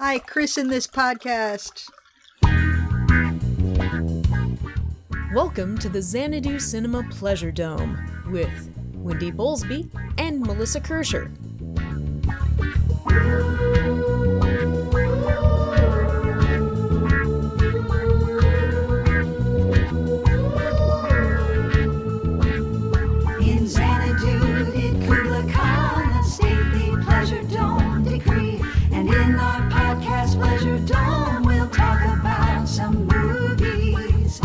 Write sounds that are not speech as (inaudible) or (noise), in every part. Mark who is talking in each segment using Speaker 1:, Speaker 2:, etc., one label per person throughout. Speaker 1: I christen this podcast.
Speaker 2: Welcome to the Xanadu Cinema Pleasure Dome with Wendy Bowlesby and Melissa Kirscher.
Speaker 3: In Xanadu did Kubla Khan a stately pleasure dome decree. And in our podcast Pleasure Dome, we'll talk about some movies.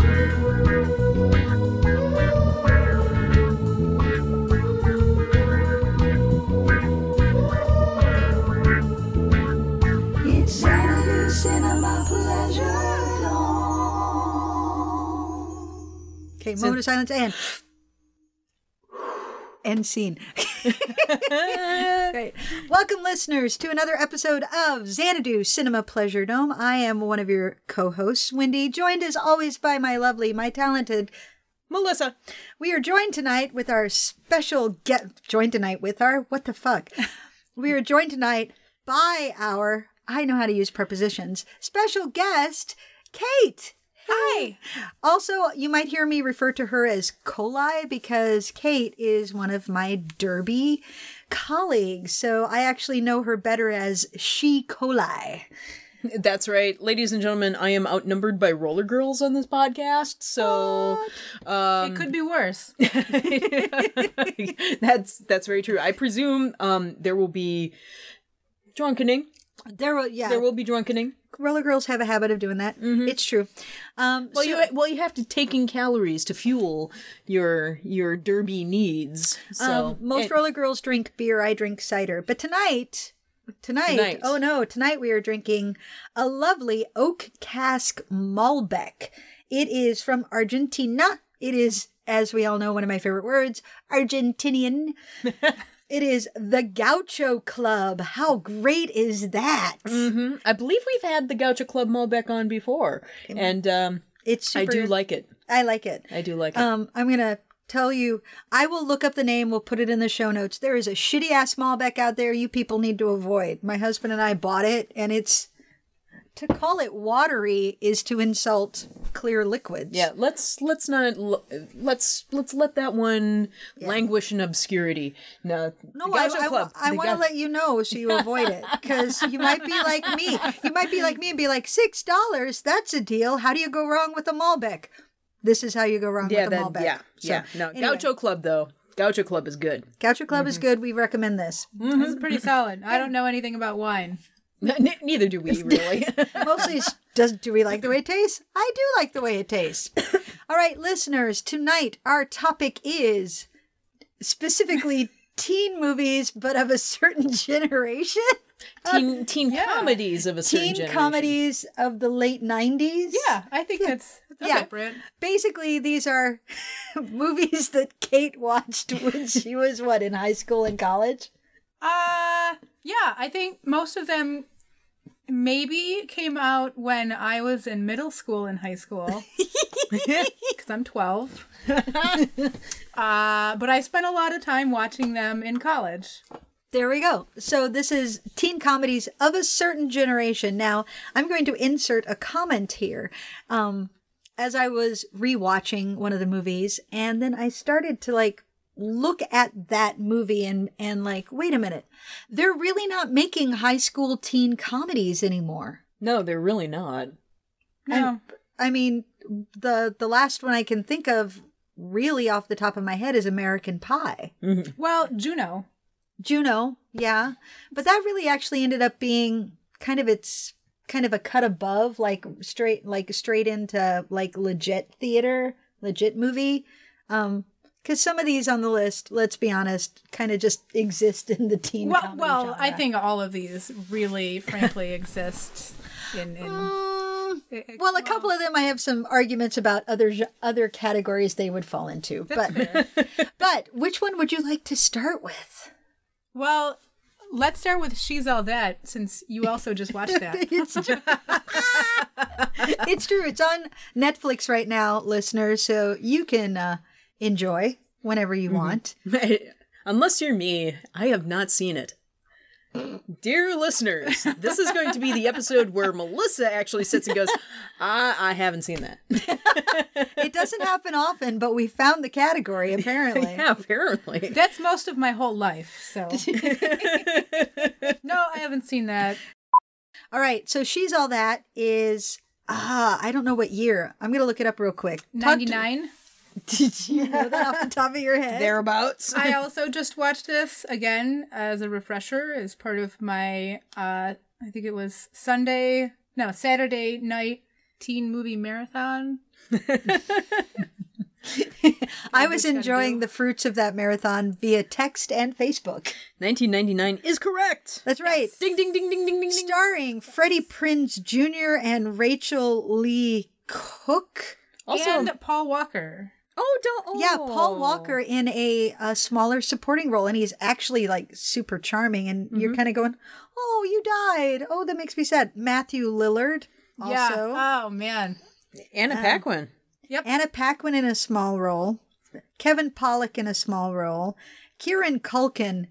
Speaker 3: In Xanadu Cinema Pleasure Dome.
Speaker 1: Okay, moment of silence and end scene. Great. Welcome, listeners, to another episode of Xanadu Cinema Pleasure Dome. I am one of your co-hosts, Wendy, joined as always by my lovely, my talented
Speaker 2: Melissa,
Speaker 1: We are joined tonight with our special get joined tonight with our what the fuck. we are joined tonight by our I know how to use prepositions special guest Kate.
Speaker 4: Hi.
Speaker 1: Also, you might hear me refer to her as Coli because Kate is one of my Derby colleagues. So I actually know her better as She Coli.
Speaker 2: That's right. Ladies and gentlemen, I am outnumbered by roller girls on this podcast, so
Speaker 4: it could be worse.
Speaker 2: (laughs) that's that's very true. I presume um there will be drunkening.
Speaker 1: There will yeah,
Speaker 2: There will be drunkening.
Speaker 1: roller girls have a habit of doing that. It's true. Um,
Speaker 2: Well,
Speaker 1: so-
Speaker 2: you well you have to take in calories to fuel your your derby needs. So
Speaker 1: um, most
Speaker 2: and-
Speaker 1: roller girls drink beer. I drink cider. But tonight, tonight,
Speaker 2: Tonight.
Speaker 1: oh no, tonight we are drinking a lovely oak cask Malbec. It is from Argentina. It is, as we all know, one of my favorite words, Argentinian.
Speaker 2: (laughs)
Speaker 1: it is the Gaucho Club. How great is that?
Speaker 2: Mhm. I believe we've had the Gaucho Club Malbec on before, and um,
Speaker 1: It's
Speaker 2: I
Speaker 1: super,
Speaker 2: do like it.
Speaker 1: I like it.
Speaker 2: I do like it.
Speaker 1: Um, I'm gonna tell you. I will look up the name. We'll put it in the show notes. There is a shitty ass Malbec out there. You people need to avoid. My husband and I bought it, and it's to call it watery is to insult clear liquids.
Speaker 2: Yeah, let's let's not l- let's let's let that one languish in obscurity. No,
Speaker 1: No,
Speaker 2: the
Speaker 1: I,
Speaker 2: Gaucho
Speaker 1: I,
Speaker 2: Club,
Speaker 1: I
Speaker 2: the
Speaker 1: want to
Speaker 2: Gau-
Speaker 1: let you know so you avoid it because you might be like me. You might be like me and be like six dollars. That's a deal. How do you go wrong with a Malbec? This is how you go wrong
Speaker 2: yeah,
Speaker 1: with a
Speaker 2: that,
Speaker 1: Malbec.
Speaker 2: yeah,
Speaker 1: So,
Speaker 2: yeah. No, Mm-hmm.
Speaker 1: anyway,
Speaker 2: Gaucho Club though. Gaucho Club is good. (laughs)
Speaker 1: Gaucho Club is good. We recommend this.
Speaker 4: It's pretty solid. I don't know anything about wine.
Speaker 2: N- neither
Speaker 1: (laughs)
Speaker 2: do we really.
Speaker 1: Uh, Mostly it's does do we like the way it tastes? I do like the way it (coughs) tastes. All right, listeners, tonight our topic is specifically teen movies but of a certain (laughs) generation.
Speaker 2: teen teen comedies of a certain
Speaker 1: teen
Speaker 2: generation.
Speaker 1: comedies of the late 90s.
Speaker 4: Yeah, I think that's
Speaker 1: Yeah.
Speaker 4: appropriate.
Speaker 1: Basically, these are (laughs) movies that Kate watched when she was what in high school and college.
Speaker 4: Uh, yeah, I think most of them maybe came out when I was in middle school and high (laughs) school because I'm 12. uh, but I spent a lot of time watching them in college.
Speaker 1: There we go. So this is teen comedies of a certain generation. Now I'm going to insert a comment here. Um, as I was rewatching one of the movies, and then I started to like look at that movie and and like, wait a minute, they're really not making high school teen comedies anymore.
Speaker 2: No, they're really not.
Speaker 4: No,
Speaker 1: I mean, the the last one I can think of really off the top of my head is American Pie.
Speaker 4: well, Juno.
Speaker 1: Juno, yeah. But that really actually ended up being kind of its kind of a cut above, like straight like straight into like legit theater, legit movie. Um because some of these on the list, let's be honest, kind of just (laughs) exist in the teen
Speaker 4: Well,
Speaker 1: comedy
Speaker 4: well, I
Speaker 1: genre.
Speaker 4: think all of these really, frankly, (laughs) exist in. in
Speaker 1: Mm, well, a couple of them I have some arguments about other ge- other categories they would fall into, but (laughs) but which one would you like to start with?
Speaker 4: Well, let's start with She's All That since you also just watched that.
Speaker 1: (laughs) It's
Speaker 2: (laughs)
Speaker 1: true. it's true. It's on Netflix right now, listeners, so you can uh,
Speaker 2: Mm-hmm.
Speaker 1: enjoy whenever you want.
Speaker 2: (laughs) Unless you're me, I have not seen it. Dear listeners, this is going to be the episode where Melissa actually sits and goes, "Ah, I, I haven't seen that. (laughs)
Speaker 1: It doesn't happen often, but we found the category
Speaker 2: (laughs)
Speaker 1: apparently.
Speaker 2: yeah, apparently.
Speaker 4: That's most of my whole life.
Speaker 1: (laughs)
Speaker 4: So no, I haven't seen that.
Speaker 1: All right, so she's all that is ah, I don't know what year. I'm gonna look it up real quick. Talk to-
Speaker 4: Ninety
Speaker 1: (laughs)
Speaker 4: nine.
Speaker 1: Did you know that off the top of your head? (laughs)
Speaker 2: Thereabouts.
Speaker 4: I also just watched this again as a refresher as part of my uh I think it was Sunday no Saturday night teen movie marathon.
Speaker 1: I was enjoying the fruits of that marathon via text and Facebook.
Speaker 2: 1999 is correct.
Speaker 1: That's right.
Speaker 2: Ding, ding, ding, ding, ding, ding, ding.
Speaker 1: Starring Freddie Prinz Jr. and Rachel Lee Cook.
Speaker 2: Also,
Speaker 4: and Paul Walker.
Speaker 2: oh, don't. Oh.
Speaker 1: Yeah, Paul Walker in a, a smaller supporting role, and he's actually like super charming. And you're kind of going, "Oh, you died. Oh, that makes me sad." Matthew Lillard, also
Speaker 4: Yeah. Oh man.
Speaker 2: Anna Paquin.
Speaker 1: Anna Paquin in a small role, Kevin Pollock in a small role, Kieran Culkin,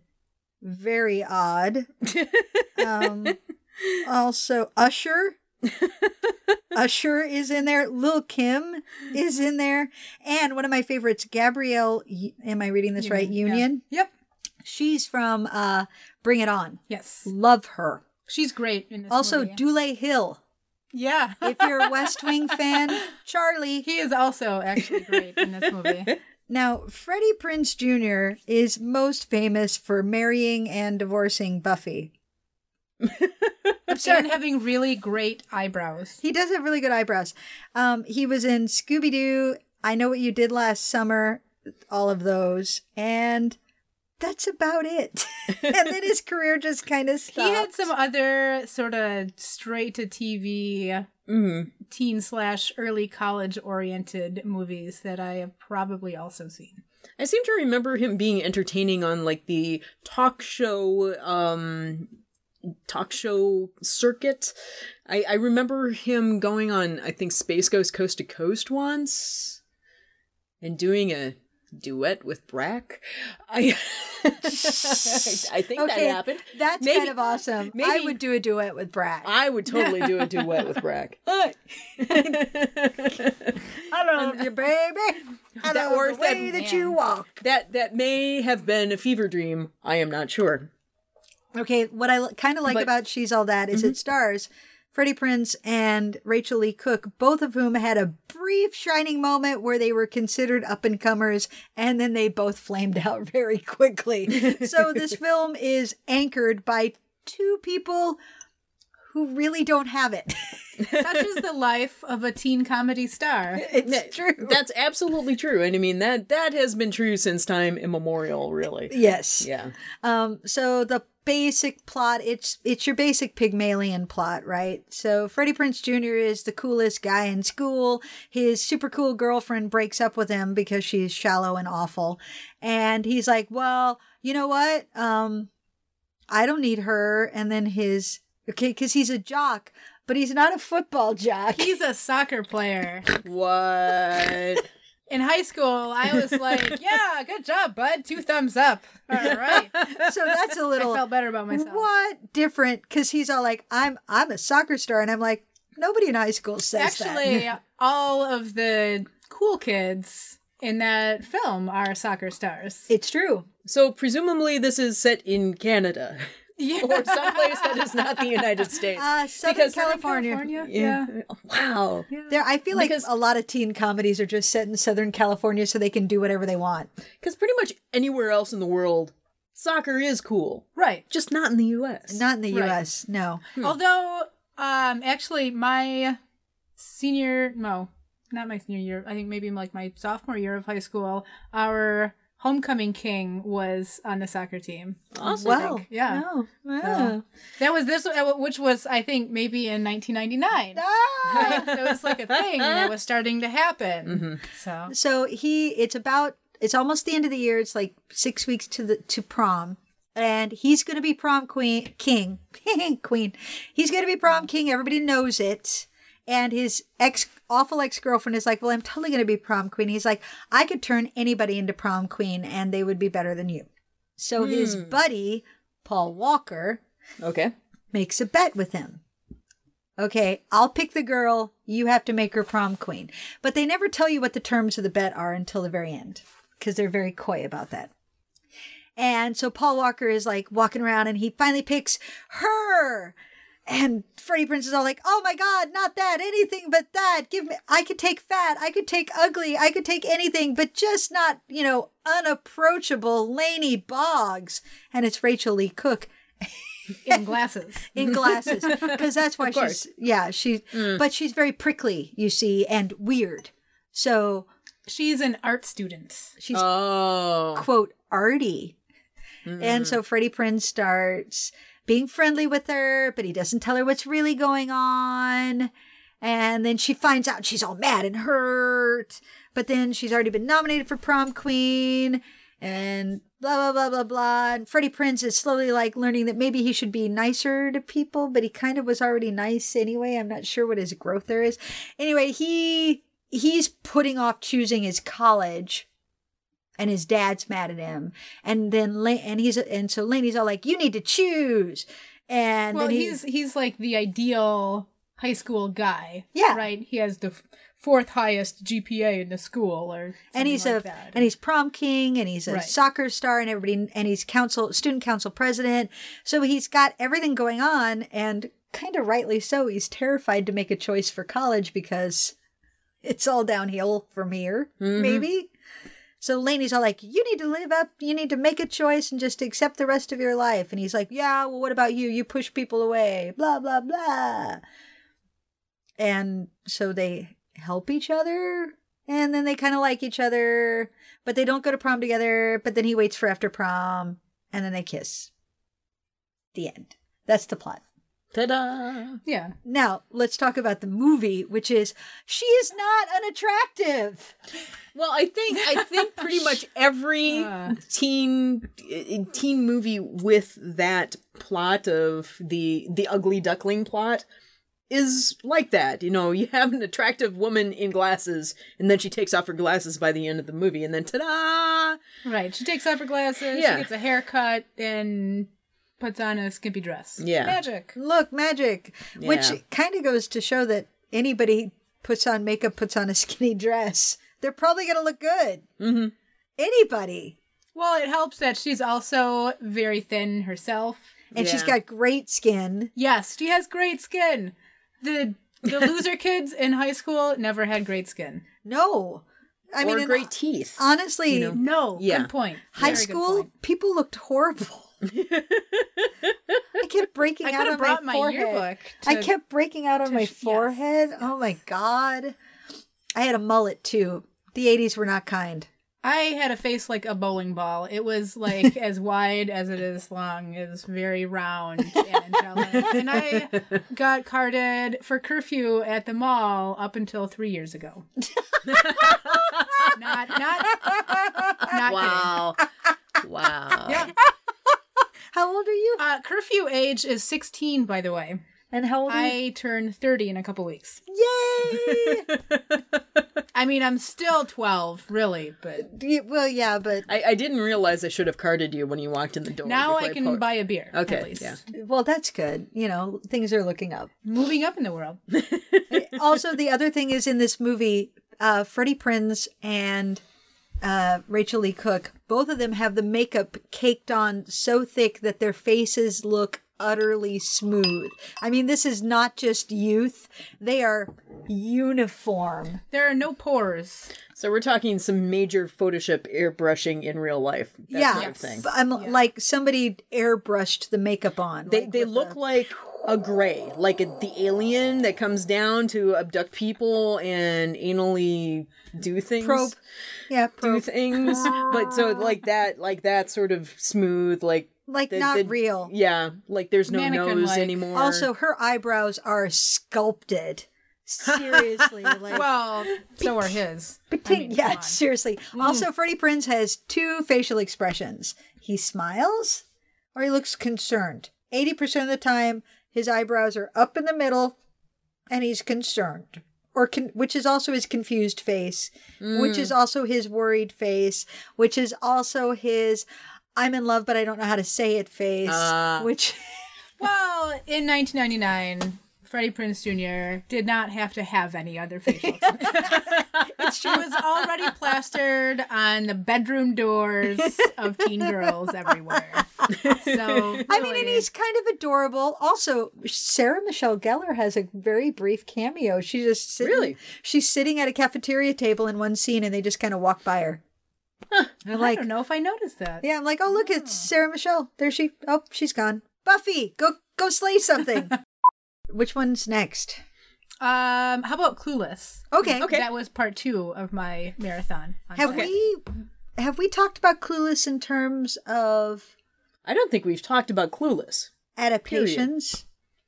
Speaker 1: very odd. um, also, Usher. Usher is in there. Lil Kim is in there. And one of my favorites, Gabrielle, Y- am I reading this right? Union.
Speaker 4: Yep.
Speaker 1: She's from uh, Bring It On.
Speaker 4: Yes.
Speaker 1: Love her.
Speaker 4: She's great in this
Speaker 1: Also,
Speaker 4: movie.
Speaker 1: Dule Hill.
Speaker 4: yeah.
Speaker 1: If you're a West Wing fan, Charlie,
Speaker 4: He is also actually great in this movie.
Speaker 1: Now, Freddie Prince Jr. is most famous for marrying and divorcing Buffy. I'm
Speaker 2: (laughs)
Speaker 4: and
Speaker 1: sorry.
Speaker 4: having really great eyebrows.
Speaker 1: He does have really good eyebrows. Um, he was in Scooby Doo, I Know What You Did Last Summer, all of those, and that's about it. (laughs) and then his career just kind of stopped.
Speaker 4: He had some other sort of straight to TV
Speaker 2: Mm-hmm.
Speaker 4: teen slash early college oriented movies that I have probably also seen.
Speaker 2: I seem to remember him being entertaining on like the talk show um talk show circuit. I, I remember him going on I think Space Ghost Coast to Coast once and doing a duet with Brack. I (laughs) I think
Speaker 1: Okay,
Speaker 2: that happened.
Speaker 1: That's
Speaker 2: Maybe-
Speaker 1: kind of awesome. I
Speaker 2: maybe-
Speaker 1: would do a duet with Brad.
Speaker 2: I would totally do a duet with Brack.
Speaker 1: I love you, baby. I
Speaker 2: (laughs) That
Speaker 1: love
Speaker 2: worth
Speaker 1: the way
Speaker 2: it,
Speaker 1: that you walk.
Speaker 2: (laughs) that that may have been a fever dream. I am not sure.
Speaker 1: Okay, what I kind of like
Speaker 2: But-
Speaker 1: about She's All That is it stars Freddie Prince and Rachel Lee Cook, both of whom had a brief shining moment where they were considered up and comers, and then they both flamed out (laughs) very quickly. so this film is anchored by two people who really don't have it. (laughs)
Speaker 4: Such is the life of a teen comedy
Speaker 1: (laughs)
Speaker 4: star.
Speaker 1: it's true.
Speaker 2: That's absolutely true. And I mean that that has been true since time immemorial,
Speaker 1: (laughs)
Speaker 2: really.
Speaker 1: yes.
Speaker 2: Yeah.
Speaker 1: Um, so the basic plot, it's it's your basic Pygmalion plot, right? So Freddie Prince Jr. is the coolest guy in school. His super cool girlfriend breaks up with him because she's shallow and awful. And he's like, Well, you know what? Um, I don't need her. And then his okay, because he's a jock, but he's not a football
Speaker 4: (laughs)
Speaker 1: jock.
Speaker 4: He's a soccer player.
Speaker 2: What?
Speaker 4: In high school, I was like, yeah, good job, bud. Two thumbs up. All right. I
Speaker 1: so that's a little
Speaker 4: felt better about myself.
Speaker 1: what different because he's all like, I'm I'm a soccer star, and I'm like, nobody in high school says that.
Speaker 4: Actually, all of the cool kids in that film are soccer stars.
Speaker 1: It's true.
Speaker 2: so presumably this is set in Canada
Speaker 4: (laughs)
Speaker 2: (laughs)
Speaker 4: Yeah.
Speaker 2: or
Speaker 4: (laughs)
Speaker 2: someplace that is not the United States.
Speaker 1: Uh, Southern
Speaker 2: Because Southern
Speaker 1: California.
Speaker 4: California. Yeah.
Speaker 2: Wow.
Speaker 1: There, I feel like
Speaker 2: Because-
Speaker 1: a lot of teen comedies are just set in Southern California, so they can do whatever they want.
Speaker 2: Because pretty much anywhere else in the world, soccer is cool,
Speaker 4: Right.
Speaker 2: just not in the U.S.
Speaker 1: Not in the
Speaker 4: Right.
Speaker 1: U.S.
Speaker 2: (laughs)
Speaker 1: No.
Speaker 4: Although, um, actually, my senior no, not my senior year. I think maybe like my sophomore year of high school, our homecoming king was on the soccer team.
Speaker 2: awesome.
Speaker 1: well,
Speaker 4: yeah.
Speaker 1: No. Wow.
Speaker 4: That was this, uh, which was I think maybe in
Speaker 1: (laughs)
Speaker 4: 1999.
Speaker 1: Ah!
Speaker 4: Right? so it was like a thing, and it was starting to happen.
Speaker 1: Mm-hmm.
Speaker 4: So
Speaker 1: So he, it's about, it's almost the end of the year. It's like six weeks to the to prom, and he's going to be prom queen, king, (laughs) queen. He's going to be prom king. Everybody knows it. And his ex, awful ex girlfriend is like, "Well, I'm totally going to be prom queen." He's like, "I could turn anybody into prom queen, and they would be better than you." So his buddy Paul Walker,
Speaker 2: Okay.
Speaker 1: makes a bet with him. Okay, I'll pick the girl. You have to make her prom queen. But they never tell you what the terms of the bet are until the very end because they're very coy about that. And so Paul Walker is like walking around and he finally picks her. And Freddie Prince is all like, oh my God, not that, anything but that. Give me, I could take fat, I could take ugly, I could take anything, but just not, you know, unapproachable Laney Boggs. And it's Rachel Lee Cook
Speaker 4: in glasses.
Speaker 1: (laughs) in glasses because that's why she's yeah she but she's very prickly you see and weird so
Speaker 4: She's an art student.
Speaker 1: she's
Speaker 2: Oh.
Speaker 1: quote arty and so freddie prinz starts being friendly with her but he doesn't tell her what's really going on and then she finds out she's all mad and hurt but then she's already been nominated for prom queen and blah blah blah blah blah and freddie prinz is slowly like learning that maybe he should be nicer to people but he kind of was already nice anyway i'm not sure what his growth there is anyway he he's putting off choosing his college and his dad's mad at him and then La- and he's and so laney's all like you need to choose and
Speaker 4: well,
Speaker 1: then he-
Speaker 4: he's he's like the ideal high school guy.
Speaker 1: Yeah.
Speaker 4: right. He has the f- fourth highest GPA in the school, or
Speaker 1: and he's
Speaker 4: something
Speaker 1: a
Speaker 4: like that.
Speaker 1: and he's prom king and he's a
Speaker 4: Right.
Speaker 1: soccer star and everybody and he's council student council president so he's got everything going on and kind of rightly so he's terrified to make a choice for college because it's all downhill from here maybe so Laney's all like, "You need to live up. You need to make a choice and just accept the rest of your life." And he's like, "Yeah, well, what about you? You push people away. Blah blah blah." And so they help each other, and then they kind of like each other, but they don't go to prom together. But then he waits for after prom, and then they kiss. The end. That's the plot.
Speaker 2: Ta-da.
Speaker 4: yeah.
Speaker 1: Now let's talk about the movie, which is she is not unattractive.
Speaker 2: Well, I think I
Speaker 4: (laughs)
Speaker 2: think pretty much every
Speaker 4: Uh.
Speaker 2: teen eh, teen movie with that plot of the the ugly duckling plot is like that. You know, you have an attractive woman in glasses, and then she takes off her glasses by the end of the movie, and then ta-da!
Speaker 4: Right. She takes off her glasses.
Speaker 2: Yeah.
Speaker 4: She gets a haircut and puts on a skimpy dress.
Speaker 2: Yeah.
Speaker 4: Magic.
Speaker 1: look magic
Speaker 2: Yeah.
Speaker 1: which kind of goes to show that anybody puts on makeup puts on a (laughs) skinny dress they're probably going to look good mm-hmm. anybody
Speaker 4: Well, it helps that she's also very thin herself.
Speaker 1: and she's
Speaker 2: Yeah.
Speaker 1: got great skin
Speaker 4: Yes, she has great skin. The
Speaker 1: (laughs)
Speaker 4: the loser kids in high school never had great skin.
Speaker 1: no i mean
Speaker 2: or
Speaker 1: and
Speaker 2: great teeth.
Speaker 1: honestly
Speaker 4: No,
Speaker 2: Yeah.
Speaker 4: good point.
Speaker 1: high
Speaker 4: Very good
Speaker 1: school
Speaker 4: point.
Speaker 1: people looked horrible i kept breaking
Speaker 4: I
Speaker 1: out
Speaker 4: could
Speaker 1: on
Speaker 4: have brought
Speaker 1: my
Speaker 4: my,
Speaker 1: forehead
Speaker 4: yearbook. To,
Speaker 1: i kept breaking out on my
Speaker 4: yes.
Speaker 1: forehead oh my god i had a mullet too the 80s were not kind
Speaker 4: I had a face like a bowling ball. It was like as wide as it is long. It was very round and angelic. and I got carded for curfew at the mall up until three years ago. not not not kidding.
Speaker 2: wow. wow.
Speaker 4: (laughs) Yeah.
Speaker 1: how old are you
Speaker 4: Uh, curfew age is 16, by the way.
Speaker 1: and how old are you
Speaker 4: I turn 30 in a couple weeks.
Speaker 1: Yay!
Speaker 4: I mean, I'm still 12, really, but
Speaker 1: Yeah, well, yeah, but
Speaker 2: I, I didn't realize I should have carded you when you walked in the door.
Speaker 4: now
Speaker 2: before
Speaker 4: I can
Speaker 2: po-
Speaker 4: buy a beer.
Speaker 2: Okay,
Speaker 4: At least.
Speaker 2: yeah.
Speaker 1: well, that's good. You know, things are looking up.
Speaker 4: Moving up in the world.
Speaker 1: also, the other thing is in this movie, uh, Freddie Prinz and uh, Rachel Lee Cook, both of them have the makeup caked on so thick that their faces look utterly smooth. I mean, this is not just youth; they are uniform.
Speaker 4: There are no pores.
Speaker 2: So we're talking some major Photoshop airbrushing in real life. That
Speaker 1: yeah,
Speaker 2: sort of thing.
Speaker 1: But I'm like somebody airbrushed the makeup on.
Speaker 2: They
Speaker 1: like,
Speaker 2: they
Speaker 1: with
Speaker 2: look
Speaker 1: a-
Speaker 2: like a gray, like a, the alien that comes down to abduct people and anally do things,
Speaker 1: probe. Yeah,
Speaker 2: do
Speaker 1: probe.
Speaker 2: things. but
Speaker 1: (laughs)
Speaker 2: so like that, like that sort of smooth, like
Speaker 1: Like
Speaker 2: the-
Speaker 1: not
Speaker 2: the-
Speaker 1: real.
Speaker 2: Yeah, like there's no nose
Speaker 4: Mannequin-like.
Speaker 2: anymore.
Speaker 1: Also, her eyebrows are sculpted. (laughs) Seriously, like
Speaker 4: Well, so are his.
Speaker 1: between- yeah, seriously. Also, Freddie Prinz has two facial expressions. He smiles, or he looks concerned. Eighty percent of the time, his eyebrows are up in the middle, and he's concerned, or con- which is also his confused face, which is also his worried face, which is also his "I'm in love but I don't know how to say it" face,
Speaker 2: Ah.
Speaker 1: which (laughs)
Speaker 4: Well, in 1999, Freddie Prince Jr. did not have to have any
Speaker 1: (laughs)
Speaker 4: other facial. she was already plastered on the bedroom doors of teen girls everywhere. So
Speaker 1: (laughs) I mean, and
Speaker 4: really,
Speaker 1: he's kind of adorable. Also, Sarah Michelle Gellar has a very brief cameo. She's just sitting,
Speaker 2: Really?
Speaker 1: she's sitting at a cafeteria table in one scene, and they just kind of walk by her. I'm
Speaker 4: I
Speaker 1: like,
Speaker 4: don't know if I noticed that.
Speaker 1: yeah, I'm like, oh look, it's
Speaker 2: Ah.
Speaker 1: Sarah Michelle. There she. Oh, she's gone. Buffy, go go slay
Speaker 2: (laughs)
Speaker 1: something. Which one's next?
Speaker 4: Um, how about Clueless?
Speaker 1: Okay.
Speaker 2: Okay.
Speaker 4: That was part two of my marathon. on
Speaker 1: Have
Speaker 2: Okay.
Speaker 1: we have we talked about Clueless in terms of
Speaker 2: I don't think we've talked about Clueless.
Speaker 1: adaptations?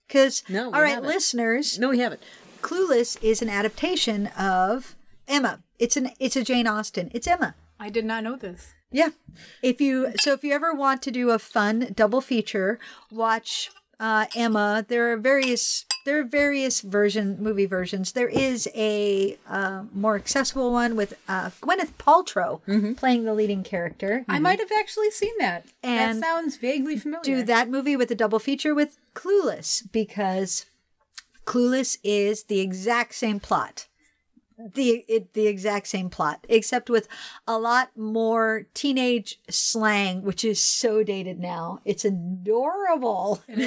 Speaker 1: Because
Speaker 2: No, we
Speaker 1: all right,
Speaker 2: haven't.
Speaker 1: listeners,
Speaker 2: No, we haven't.
Speaker 1: Clueless is an adaptation of Emma. It's an it's a Jane Austen. It's Emma.
Speaker 4: I did not know this.
Speaker 1: Yeah. If you so if you ever want to do a fun double feature, watch uh, Emma. There are various there are various version movie versions. There is a uh, more accessible one with uh, Gwyneth Paltrow playing the leading character.
Speaker 4: I might have actually seen that.
Speaker 1: Mm-hmm. And
Speaker 4: that sounds vaguely familiar.
Speaker 1: do that movie with a double feature with Clueless because Clueless is the exact same plot. The it, the exact same plot, except with a lot more teenage slang, which is so dated now. It's adorable, (laughs) and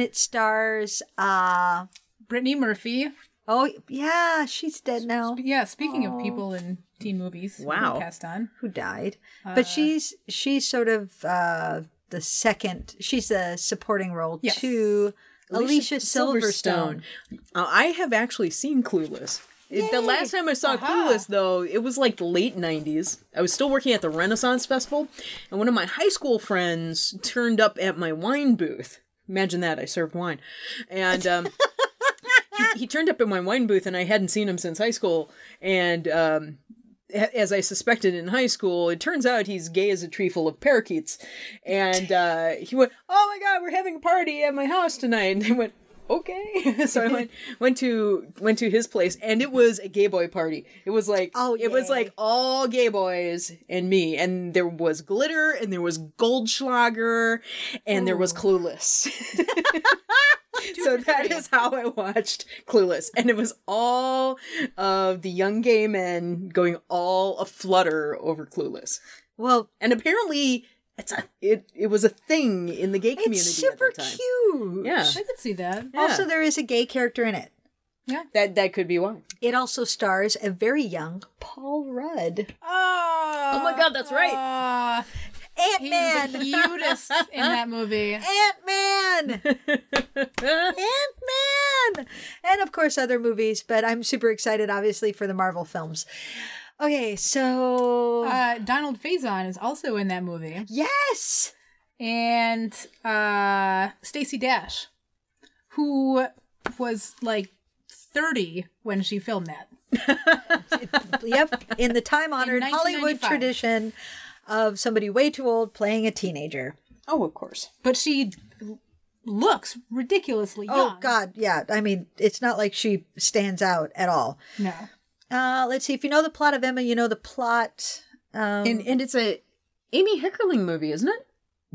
Speaker 1: it stars. uh
Speaker 4: Brittany Murphy.
Speaker 1: Oh yeah, she's dead now.
Speaker 4: Yeah, speaking of people in teen movies, who
Speaker 2: Wow.
Speaker 4: passed on.
Speaker 1: Who died?
Speaker 2: Uh,
Speaker 1: but she's she's sort of uh the second. She's the supporting role
Speaker 4: Yes.
Speaker 1: to Alicia, Silverstone.
Speaker 2: Uh, I have actually seen Clueless. It- The last time I saw Clueless, though, it was like the late 90s. I was still working at the Renaissance Festival, and one of my high school friends turned up at my wine booth. Imagine that, I served wine. And
Speaker 1: (laughs)
Speaker 2: um, he, he turned up at my wine booth, and I hadn't seen him since high school. And um, a- as I suspected in high school, it turns out he's gay as a tree full of parakeets. And uh, he went, "Oh my god, we're having a party at my house tonight." And I went, "Okay." (laughs) so I went went to went to his place, and it was a gay boy party. It was like
Speaker 1: Oh,
Speaker 2: it was
Speaker 1: yay.
Speaker 2: like all gay boys and me, and there was glitter, and there was Goldschlager, and there
Speaker 1: Oh.
Speaker 2: was Clueless. (laughs) so that is how I watched Clueless, and it was all of the young gay men going all aflutter over Clueless,
Speaker 1: Well,
Speaker 2: and apparently it's a it it was a thing in the gay community.
Speaker 1: it's
Speaker 2: at
Speaker 1: super
Speaker 2: that time.
Speaker 1: cute.
Speaker 2: Yeah.
Speaker 4: I could see that.
Speaker 2: Yeah.
Speaker 1: Also, there is a gay character in it.
Speaker 2: that that could be why.
Speaker 1: It also stars a very young Paul Rudd.
Speaker 4: Oh,
Speaker 2: Oh my God, that's right.
Speaker 4: right.
Speaker 1: Ant
Speaker 4: He's
Speaker 1: Man!
Speaker 2: (laughs)
Speaker 4: the cutest in that movie.
Speaker 1: Ant Man! Ant Man! And of course, other movies, but I'm super excited, obviously, for the Marvel films. Okay, so.
Speaker 4: Uh, Donald Faison is also in that movie,
Speaker 1: yes!
Speaker 4: and uh, Stacy Dash, who was like thirty when she filmed that.
Speaker 1: Yep, in the time honored
Speaker 4: In
Speaker 1: Hollywood
Speaker 4: 1995.
Speaker 1: tradition of somebody way too old playing a teenager.
Speaker 2: Oh, of course.
Speaker 4: But she l- looks ridiculously young.
Speaker 1: Oh, God, yeah. I mean, it's not like she stands out at all.
Speaker 4: No.
Speaker 1: Uh, let's see. If you know the plot of Emma, you know the plot. Um,
Speaker 2: And and it's a Amy Heckerling movie, isn't it?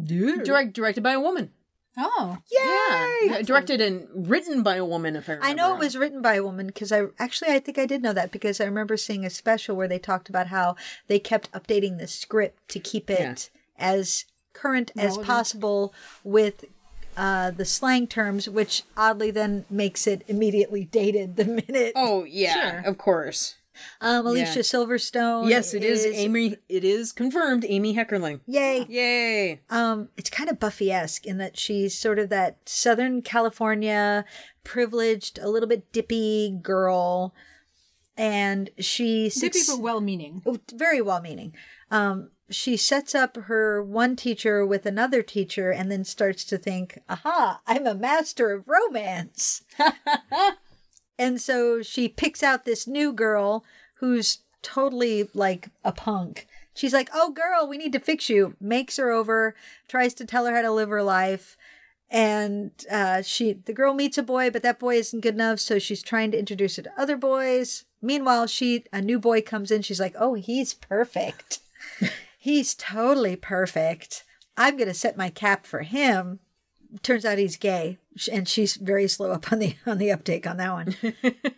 Speaker 1: dude.
Speaker 2: Direct directed by a woman.
Speaker 4: Oh,
Speaker 2: Yeah, d- directed and written by a woman. If I remember
Speaker 1: I know it
Speaker 2: right.
Speaker 1: was written by a woman because I actually I think I did know that because I remember seeing a special where they talked about how they kept updating the script to keep it as current as possible with uh, the slang terms, which oddly then makes it immediately dated the (laughs) minute.
Speaker 2: Oh yeah,
Speaker 4: Sure.
Speaker 2: of course.
Speaker 1: Um, Alicia Silverstone.
Speaker 2: Yes, it is Amy. It is confirmed Amy Heckerling.
Speaker 1: Yay.
Speaker 2: Yay!
Speaker 1: um, it's kind of Buffy esque in that she's sort of that Southern California privileged, a little bit dippy girl, and she
Speaker 4: dippy
Speaker 1: suc-
Speaker 4: but well-meaning.
Speaker 1: Oh, very well meaning. Um, she sets up her one teacher with another teacher, and then starts to think, "Aha! I'm a master of romance." and so she picks out this new girl who's totally like a punk. She's like, "Oh, girl, we need to fix you." Makes her over, tries to tell her how to live her life, and uh, she the girl meets a boy, but that boy isn't good enough, so she's trying to introduce her to other boys. Meanwhile, she a new boy comes in. She's like, "Oh, he's perfect. he's totally perfect. I'm gonna set my cap for him." turns out he's gay, sh- and she's very slow up on the on the uptake on that one.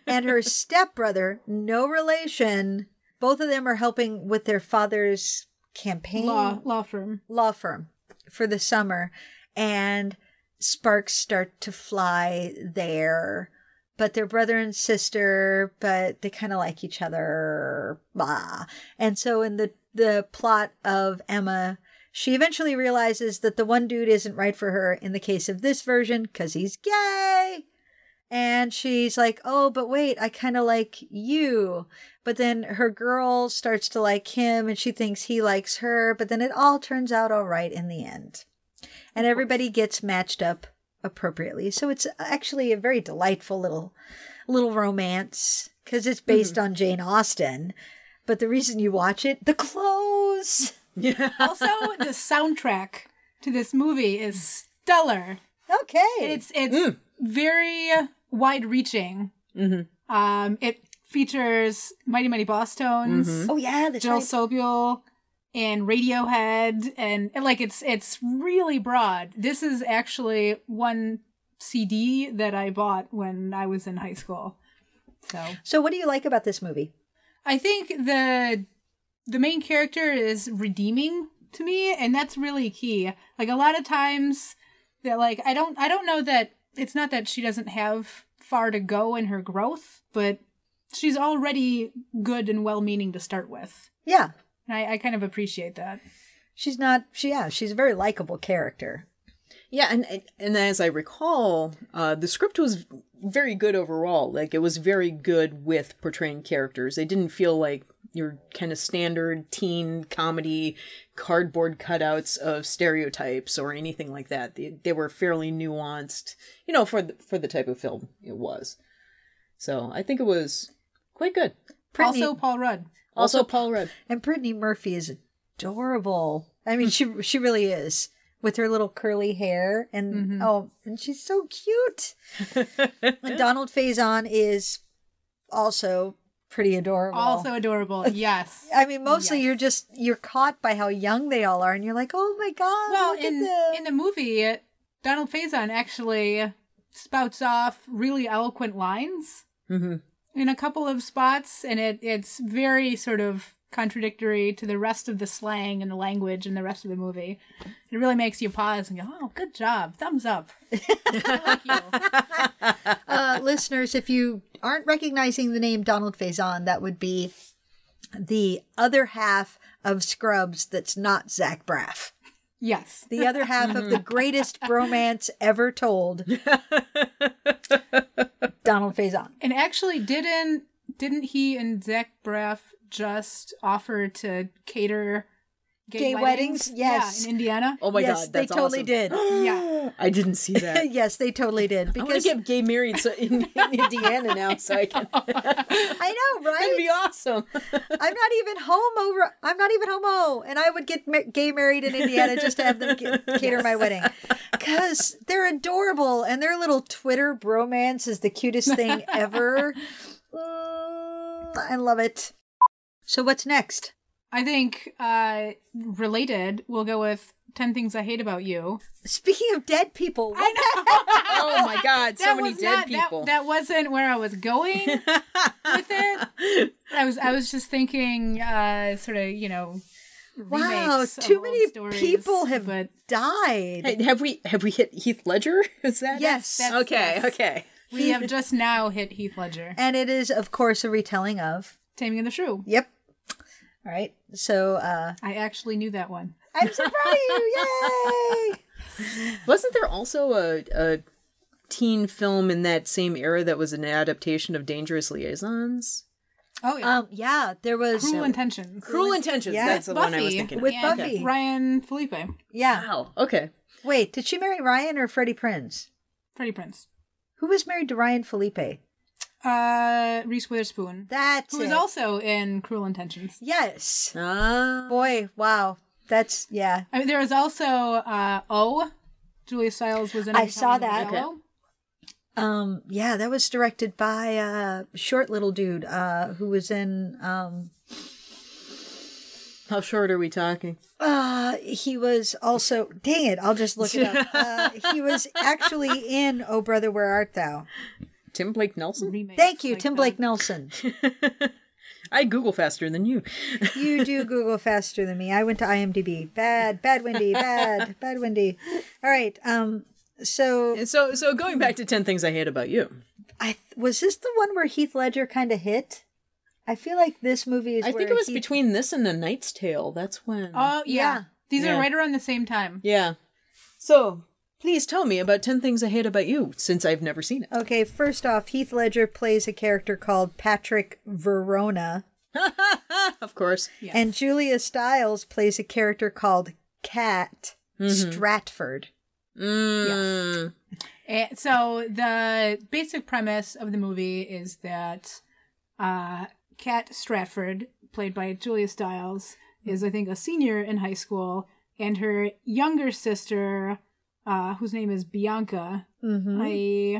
Speaker 1: and her stepbrother, no relation. Both of them are helping with their father's campaign
Speaker 4: Law law firm.
Speaker 1: law firm for the summer and sparks start to fly there but they're brother and sister but they kind of like each other blah and so in the the plot of emma she eventually realizes that the one dude isn't right for her in the case of this version because he's gay and she's like oh but wait i kind of like you but then her girl starts to like him and she thinks he likes her but then it all turns out all right in the end and everybody gets matched up appropriately so it's actually a very delightful little little romance because it's
Speaker 4: Mm-hmm.
Speaker 1: based on jane austen but the reason you watch it the clothes
Speaker 2: (laughs)
Speaker 1: (laughs)
Speaker 2: Yeah.
Speaker 4: Also, the soundtrack to this movie is stellar.
Speaker 1: okay
Speaker 4: It's it's
Speaker 1: Mm.
Speaker 4: very wide reaching. Mm-hmm. Um, it features Mighty Mighty Boss Tones,
Speaker 1: oh yeah that's
Speaker 4: Jill
Speaker 1: right.
Speaker 4: Sobule, and Radiohead, and, and, like it's it's really broad. This is actually one CD that I bought when I was in high school. So
Speaker 1: so what do you like about this movie
Speaker 4: I think the the main character is redeeming to me, and that's really key. Like a lot of times that like I don't I don't know that it's not that she doesn't have far to go in her growth, but she's already good and well meaning to start with.
Speaker 1: yeah
Speaker 4: And I, I kind of appreciate that.
Speaker 1: she's not she yeah she's a very likable character
Speaker 2: Yeah, and and as I recall, uh, the script was very good overall. Like it was very good with portraying characters. They didn't feel like your kind of standard teen comedy cardboard cutouts of stereotypes or anything like that. They, they were fairly nuanced, you know, for the, for the type of film it was. So I think it was quite good.
Speaker 1: Brittany-
Speaker 4: Also Paul Rudd.
Speaker 2: Also, Paul Rudd.
Speaker 1: And Brittany Murphy is adorable. I mean,
Speaker 4: Mm.
Speaker 1: she she really is with her little curly hair and
Speaker 4: Mm-hmm.
Speaker 1: oh, and she's so
Speaker 4: (laughs)
Speaker 1: cute. and Donald Faison is also pretty adorable.
Speaker 4: Also adorable. Yes.
Speaker 1: I mean, mostly you're just you're caught by how young they all are, and you're like, oh my god,
Speaker 4: well,
Speaker 1: look
Speaker 4: in
Speaker 1: at them.
Speaker 4: in the movie, Donald Faison actually spouts off really eloquent lines
Speaker 1: Mm-hmm.
Speaker 4: in a couple of spots, and it it's very sort of contradictory to the rest of the slang and the language in the rest of the movie. It really makes you pause and go, "Oh, good job, thumbs
Speaker 1: (laughs)
Speaker 4: up." I like you.
Speaker 1: uh, listeners, if you aren't recognizing the name Donald Faison, that would be the other half of Scrubs that's not Zach Braff.
Speaker 4: Yes,
Speaker 1: the other half of
Speaker 2: Mm-hmm.
Speaker 1: the greatest bromance ever
Speaker 2: (laughs)
Speaker 1: told. Donald Faison.
Speaker 4: and actually, didn't didn't he and Zach Braff just offer to cater gay,
Speaker 1: Gay weddings? Yes.
Speaker 4: yeah, in Indiana?
Speaker 2: (laughs) Oh my
Speaker 1: yes,
Speaker 2: god,
Speaker 1: they
Speaker 2: that's
Speaker 1: totally
Speaker 2: awesome. (gasps)
Speaker 1: did.
Speaker 4: Yeah,
Speaker 2: I didn't see (laughs) that.
Speaker 1: yes, they totally did.
Speaker 2: I want
Speaker 1: Because
Speaker 2: to get gay married so, (laughs) in, in Indiana now, so I (laughs) can. (laughs)
Speaker 1: I know,
Speaker 2: That'd
Speaker 1: right?
Speaker 2: be awesome. (laughs)
Speaker 1: I'm not even home over. I'm not even homo, and I would get ma- gay married in Indiana just to have them
Speaker 2: (laughs)
Speaker 1: ca- cater my wedding, because they're adorable and their little Twitter bromance is the cutest thing
Speaker 2: (laughs)
Speaker 1: ever. Mm, I love it. So what's next?
Speaker 4: I think uh, related, we'll go with 10 Things I Hate About You.
Speaker 1: Speaking of dead people, what
Speaker 2: Oh (laughs) my god, so many dead
Speaker 4: not, that-
Speaker 2: people.
Speaker 4: That, wasn't where I
Speaker 2: (laughs)
Speaker 4: was going with it. I was I was just thinking uh, sort of, you know,
Speaker 1: Wow,
Speaker 4: remakes of
Speaker 1: too
Speaker 4: old
Speaker 1: many
Speaker 4: stories,
Speaker 1: people have
Speaker 4: But
Speaker 1: died.
Speaker 2: Hey, have we have we hit Heath Ledger? (laughs) Is that it?
Speaker 1: yes.
Speaker 4: that's-
Speaker 2: Okay,
Speaker 4: yes.
Speaker 2: okay.
Speaker 4: we have just now hit Heath Ledger.
Speaker 1: and it is, of course, a retelling of.
Speaker 4: Taming of the Shrew.
Speaker 1: Yep. All right. So uh
Speaker 4: I actually knew that one.
Speaker 1: I'm so proud of
Speaker 4: (laughs)
Speaker 1: you. Yay!
Speaker 2: Wasn't there also a a teen film in that same era that was an adaptation of Dangerous Liaisons?
Speaker 4: Oh, yeah.
Speaker 1: Um, yeah, there was.
Speaker 4: Cruel Intentions.
Speaker 2: Cruel Intentions.
Speaker 1: Yeah.
Speaker 2: That's the one I was
Speaker 4: Buffy
Speaker 2: thinking.
Speaker 1: With
Speaker 2: of.
Speaker 4: and
Speaker 1: Buffy.
Speaker 4: Ryan Felipe.
Speaker 1: Yeah.
Speaker 2: Wow. Okay.
Speaker 1: Wait, did she marry Ryan or Freddie Prinz?
Speaker 4: Freddie Prince.
Speaker 1: Who was married to Ryan Felipe?
Speaker 4: Uh, Reese Witherspoon.
Speaker 1: That's
Speaker 4: who was
Speaker 1: it.
Speaker 4: also in Cruel Intentions.
Speaker 1: Yes.
Speaker 2: Ah.
Speaker 1: Boy, wow. That's yeah.
Speaker 4: I mean, there was also uh, O. Julia Stiles was in.
Speaker 1: I
Speaker 4: Italian
Speaker 1: saw that.
Speaker 4: Yellow.
Speaker 1: Um, yeah, that was directed by uh short little dude uh who was in um
Speaker 2: How short are we talking?
Speaker 1: Uh, he was also, dang it, I'll just look it
Speaker 2: (laughs)
Speaker 1: up. Uh, he was actually in Oh Brother, Where Art Thou?
Speaker 2: Tim Blake Nelson?
Speaker 4: Remakes
Speaker 1: Thank you,
Speaker 4: like
Speaker 1: Tim
Speaker 4: that.
Speaker 1: Blake Nelson.
Speaker 2: I Google faster than you.
Speaker 1: You
Speaker 2: (laughs)
Speaker 1: do Google faster than me. I went to IMDb. Bad, bad Wendy, bad, bad Wendy. All right. Um. So
Speaker 2: And so, so going back to 10 Things I Hate About You,
Speaker 1: I th- was this the one where Heath Ledger kind of hit? I feel like this movie is.
Speaker 2: I think
Speaker 1: where
Speaker 2: it was
Speaker 1: Heath-
Speaker 2: between this and A Knight's Tale. That's when.
Speaker 4: Oh yeah,
Speaker 1: Yeah.
Speaker 4: these
Speaker 2: Yeah.
Speaker 4: are right around the same time.
Speaker 2: yeah. So, please tell me about 10 Things I Hate About You since I've never seen it.
Speaker 1: Okay, first off, Heath Ledger plays a character called Patrick Verona,
Speaker 2: of course.
Speaker 1: and Julia Stiles plays a character called Cat Stratford.
Speaker 2: Mm.
Speaker 4: And so the basic premise of the movie is that uh, Kat Stratford, played by Julia Stiles, is I think a senior in high school, and her younger sister, uh, whose name is Bianca,
Speaker 1: Mm-hmm.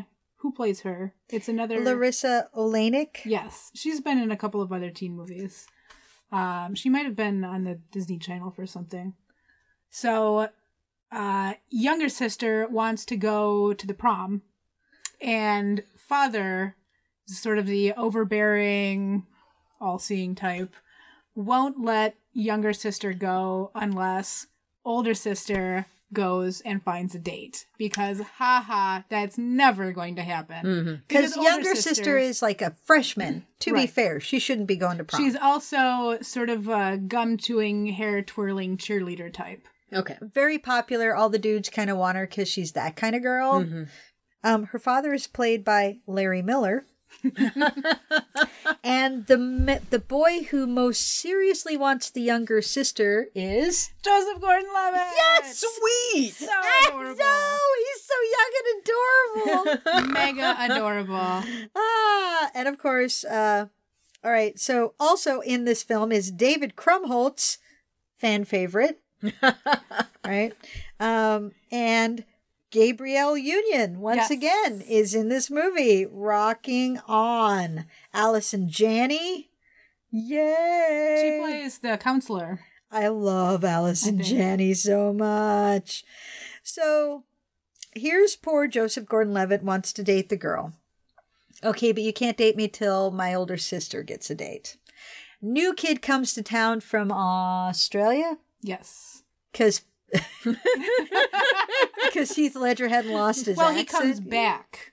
Speaker 4: I who plays her? It's another
Speaker 1: Larissa Olenek.
Speaker 4: Yes, she's been in a couple of other teen movies. Um, she might have been on the Disney Channel for something. So, uh, younger sister wants to go to the prom, and father, sort of the overbearing, all-seeing type, won't let younger sister go unless older sister goes and finds a date because haha that's never going to happen
Speaker 1: Because
Speaker 4: older
Speaker 1: younger sister, is like a freshman. To be
Speaker 4: Right.
Speaker 1: fair, she shouldn't be going to prom.
Speaker 4: She's also sort of a gum chewing, hair twirling cheerleader type.
Speaker 2: Okay.
Speaker 1: very popular. All the dudes kind of want her because she's that kind of girl. Um, her father is played by Larry Miller. and the me- the boy who most seriously wants the younger sister is
Speaker 4: Joseph Gordon Levitt!
Speaker 2: Sweet!
Speaker 4: So
Speaker 1: no,
Speaker 4: adorable.
Speaker 1: he's so young and adorable.
Speaker 4: (laughs) Mega adorable.
Speaker 1: Ah, and of course, uh, all right. So also in this film is David Krumholtz, fan
Speaker 4: (laughs)
Speaker 1: favorite, right? Um, and Gabrielle Union once
Speaker 4: Yes.
Speaker 1: again is in this movie, rocking on. Allison Janney, yay!
Speaker 4: She plays the counselor.
Speaker 1: I love Alice and Janney so much. So here's poor Joseph Gordon Levitt wants to date the girl. Okay, but you can't date me till my older sister gets a date. New kid comes to town from Australia
Speaker 4: Yes. (laughs)
Speaker 1: (laughs) because. Because Heath Ledger hadn't lost his
Speaker 4: well, he
Speaker 1: accent.
Speaker 4: comes back.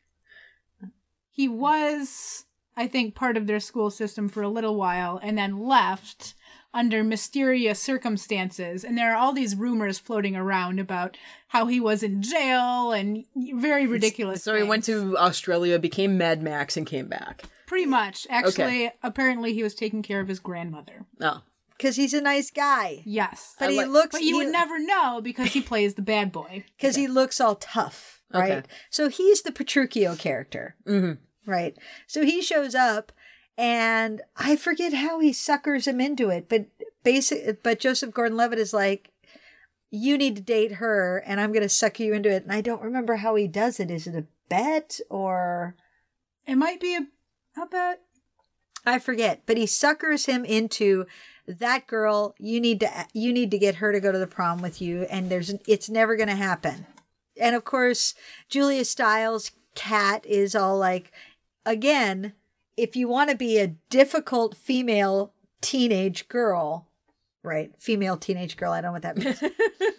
Speaker 4: He was, I think, part of their school system for a little while and then left under mysterious circumstances. And there are all these rumors floating around about how he was in jail and very ridiculous.
Speaker 2: So he went
Speaker 4: things.
Speaker 2: to Australia, became Mad Max, and came back.
Speaker 4: Pretty much. Actually, apparently he was taking care of his grandmother.
Speaker 2: Oh.
Speaker 1: Because he's a nice guy.
Speaker 4: Yes.
Speaker 1: But
Speaker 2: I
Speaker 1: he
Speaker 2: like-
Speaker 1: looks.
Speaker 4: But you
Speaker 1: he-
Speaker 4: would never know because he plays the bad boy.
Speaker 1: because he looks all tough, right?
Speaker 2: Okay.
Speaker 1: So he's the Petruchio character,
Speaker 2: Mm-hmm.
Speaker 1: right? So he shows up, and I forget how he suckers him into it, but basic, but Joseph Gordon-Levitt is like, "You need to date her, and I'm going to suck you into it." And I don't remember how he does it. Is it a bet or
Speaker 4: It might be a, a bet.
Speaker 1: I forget? But he suckers him into that girl. You need to you need to get her to go to the prom with you, and there's it's never going to happen. and of course julia stiles cat is all like again if you want to be a difficult female teenage girl right female teenage girl i don't know what that means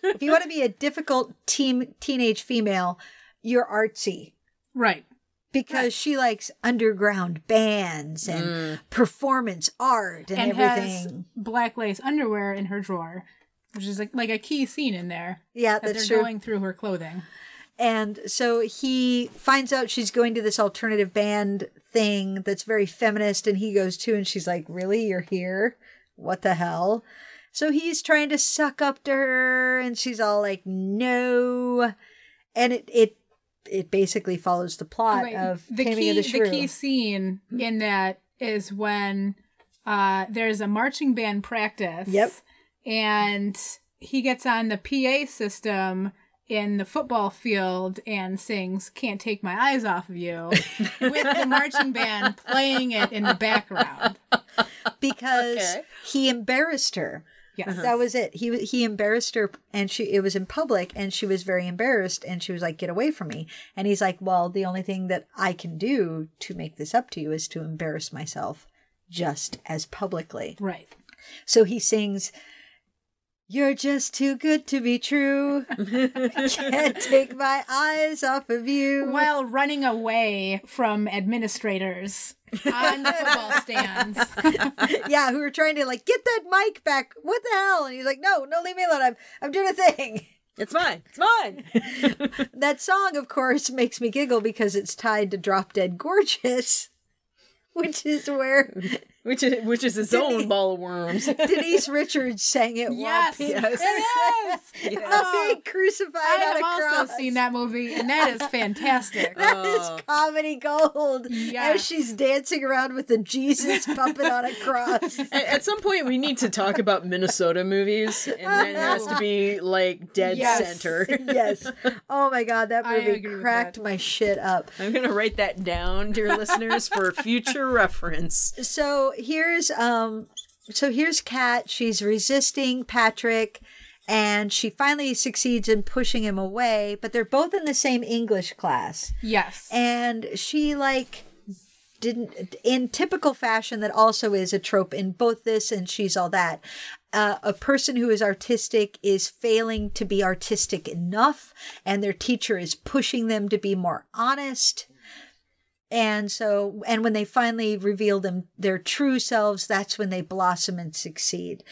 Speaker 1: if you want to be a difficult teen teenage female you're artsy
Speaker 4: Right. Mm.
Speaker 1: because she likes underground bands and performance art and,
Speaker 4: And has
Speaker 1: everything
Speaker 4: black lace underwear in her drawer, which is like, like a key scene in there.
Speaker 1: yeah
Speaker 4: That
Speaker 1: that's
Speaker 4: they're
Speaker 1: true
Speaker 4: going through her clothing.
Speaker 1: And so he finds out she's going to this alternative band thing that's very feminist, and he goes too, and she's like, Really? You're here? What the hell? So he's trying to suck up to her, and she's all like, No. And it, it, it basically follows the plot
Speaker 4: Right.
Speaker 1: of
Speaker 4: the
Speaker 1: Taming
Speaker 4: key,
Speaker 1: of the Mm-hmm. Shrew.
Speaker 4: key scene in that is when uh, there's a marching band practice.
Speaker 1: Yep.
Speaker 4: And he gets on the PA system in the football field and sings "Can't Take My Eyes Off
Speaker 1: (laughs)
Speaker 4: of You" with the marching band
Speaker 1: (laughs)
Speaker 4: playing it in the background.
Speaker 1: because
Speaker 2: Okay.
Speaker 1: he embarrassed her.
Speaker 4: Yes.
Speaker 1: That was it. He he embarrassed her, and she it was in public, and she was very embarrassed, and she was like, "Get away from me!" And he's like, "Well, the only thing that I can do to make this up to you is to embarrass myself just as publicly."
Speaker 4: Right.
Speaker 1: So he sings, You're just too good to be true. Can't take my eyes off of you.
Speaker 4: While running away from administrators on
Speaker 1: (laughs)
Speaker 4: the football stands.
Speaker 1: yeah, who were trying to like get that mic back. What the hell? And he's like, No, no, leave me alone. I'm I'm doing a thing.
Speaker 2: It's mine. It's mine. (laughs)
Speaker 1: That song, of course, makes me giggle because it's tied to Drop Dead Gorgeous, (laughs) which is
Speaker 4: (laughs)
Speaker 1: where
Speaker 2: Which is which is his own ball of worms.
Speaker 1: Denise Richards sang it.
Speaker 4: Yes.
Speaker 1: while
Speaker 2: Yes.
Speaker 4: It is. Oh,
Speaker 1: being- while being crucified
Speaker 4: I
Speaker 1: on
Speaker 4: have
Speaker 1: a
Speaker 4: also
Speaker 1: cross.
Speaker 4: seen that movie, and that is fantastic.
Speaker 1: (laughs) That is comedy gold. As
Speaker 4: Yes.
Speaker 1: she's dancing around with the
Speaker 4: (laughs)
Speaker 1: Jesus puppet on a cross.
Speaker 2: At, at some point, we need to talk about Minnesota movies, and then it has to be like dead
Speaker 4: Yes.
Speaker 2: center.
Speaker 1: yes. Oh my god, that
Speaker 4: I
Speaker 1: movie
Speaker 4: agree with
Speaker 1: cracked
Speaker 4: that.
Speaker 1: my shit up.
Speaker 2: (laughs) I'm gonna write that down, dear listeners, for future reference.
Speaker 1: So here's um so here's Kat. She's resisting Patrick and she finally succeeds in pushing him away, but they're both in the same English class.
Speaker 4: Yes.
Speaker 1: and she like didn't in typical fashion that also is a trope in both this and she's all that uh, a person who is artistic is failing to be artistic enough and their teacher is pushing them to be more honest and so and when they finally reveal them their true selves that's when they blossom and succeed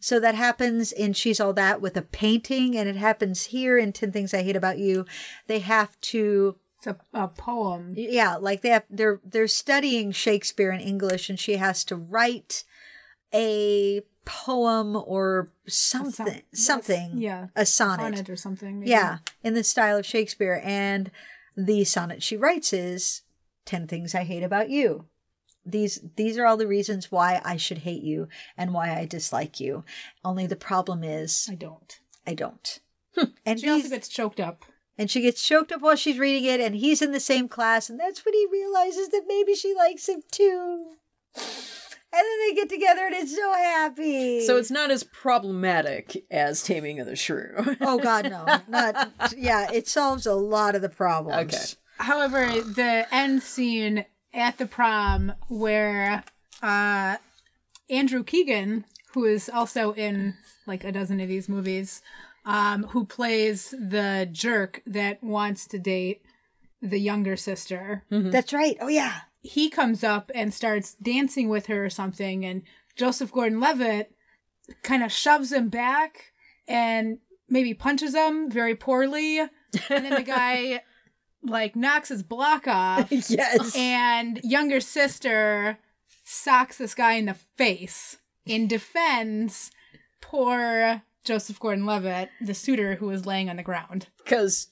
Speaker 1: so that happens in she's all that with a painting and it happens here in 10 things i hate about you they have to
Speaker 4: it's a, a poem.
Speaker 1: yeah like they have they're they're studying shakespeare in english and she has to write a poem or something something
Speaker 4: yeah.
Speaker 1: a sonnet,
Speaker 4: Sonnet or something. maybe.
Speaker 1: yeah in the style of shakespeare and the sonnet she writes is 10 things i hate about you these these are all the reasons why i should hate you and why i dislike you only the problem is
Speaker 4: I don't.
Speaker 1: i don't and
Speaker 4: She also
Speaker 1: he's-
Speaker 4: gets choked up.
Speaker 1: and she gets choked up while she's reading it, and he's in the same class, and that's when he realizes that maybe she likes him too. And then they get together, and it's so happy.
Speaker 2: So it's not as problematic as Taming of the Shrew.
Speaker 1: (laughs)
Speaker 2: (laughs)
Speaker 1: oh god, no, not yeah. It solves a lot of the problems.
Speaker 2: Okay.
Speaker 4: However, the end scene at the prom where uh, Andrew Keegan, who is also in like a dozen of these movies, um, who plays the jerk that wants to date the younger sister,
Speaker 1: that's right. Oh yeah,
Speaker 4: he comes up and starts dancing with her or something, and Joseph Gordon Levitt kind of shoves him back and maybe punches him very poorly. And then the guy like knocks his
Speaker 1: (laughs)
Speaker 4: block off,
Speaker 1: yes.
Speaker 4: and younger sister socks this guy in the face and defends poor Joseph Gordon Levitt, the suitor who was laying on the ground.
Speaker 2: Because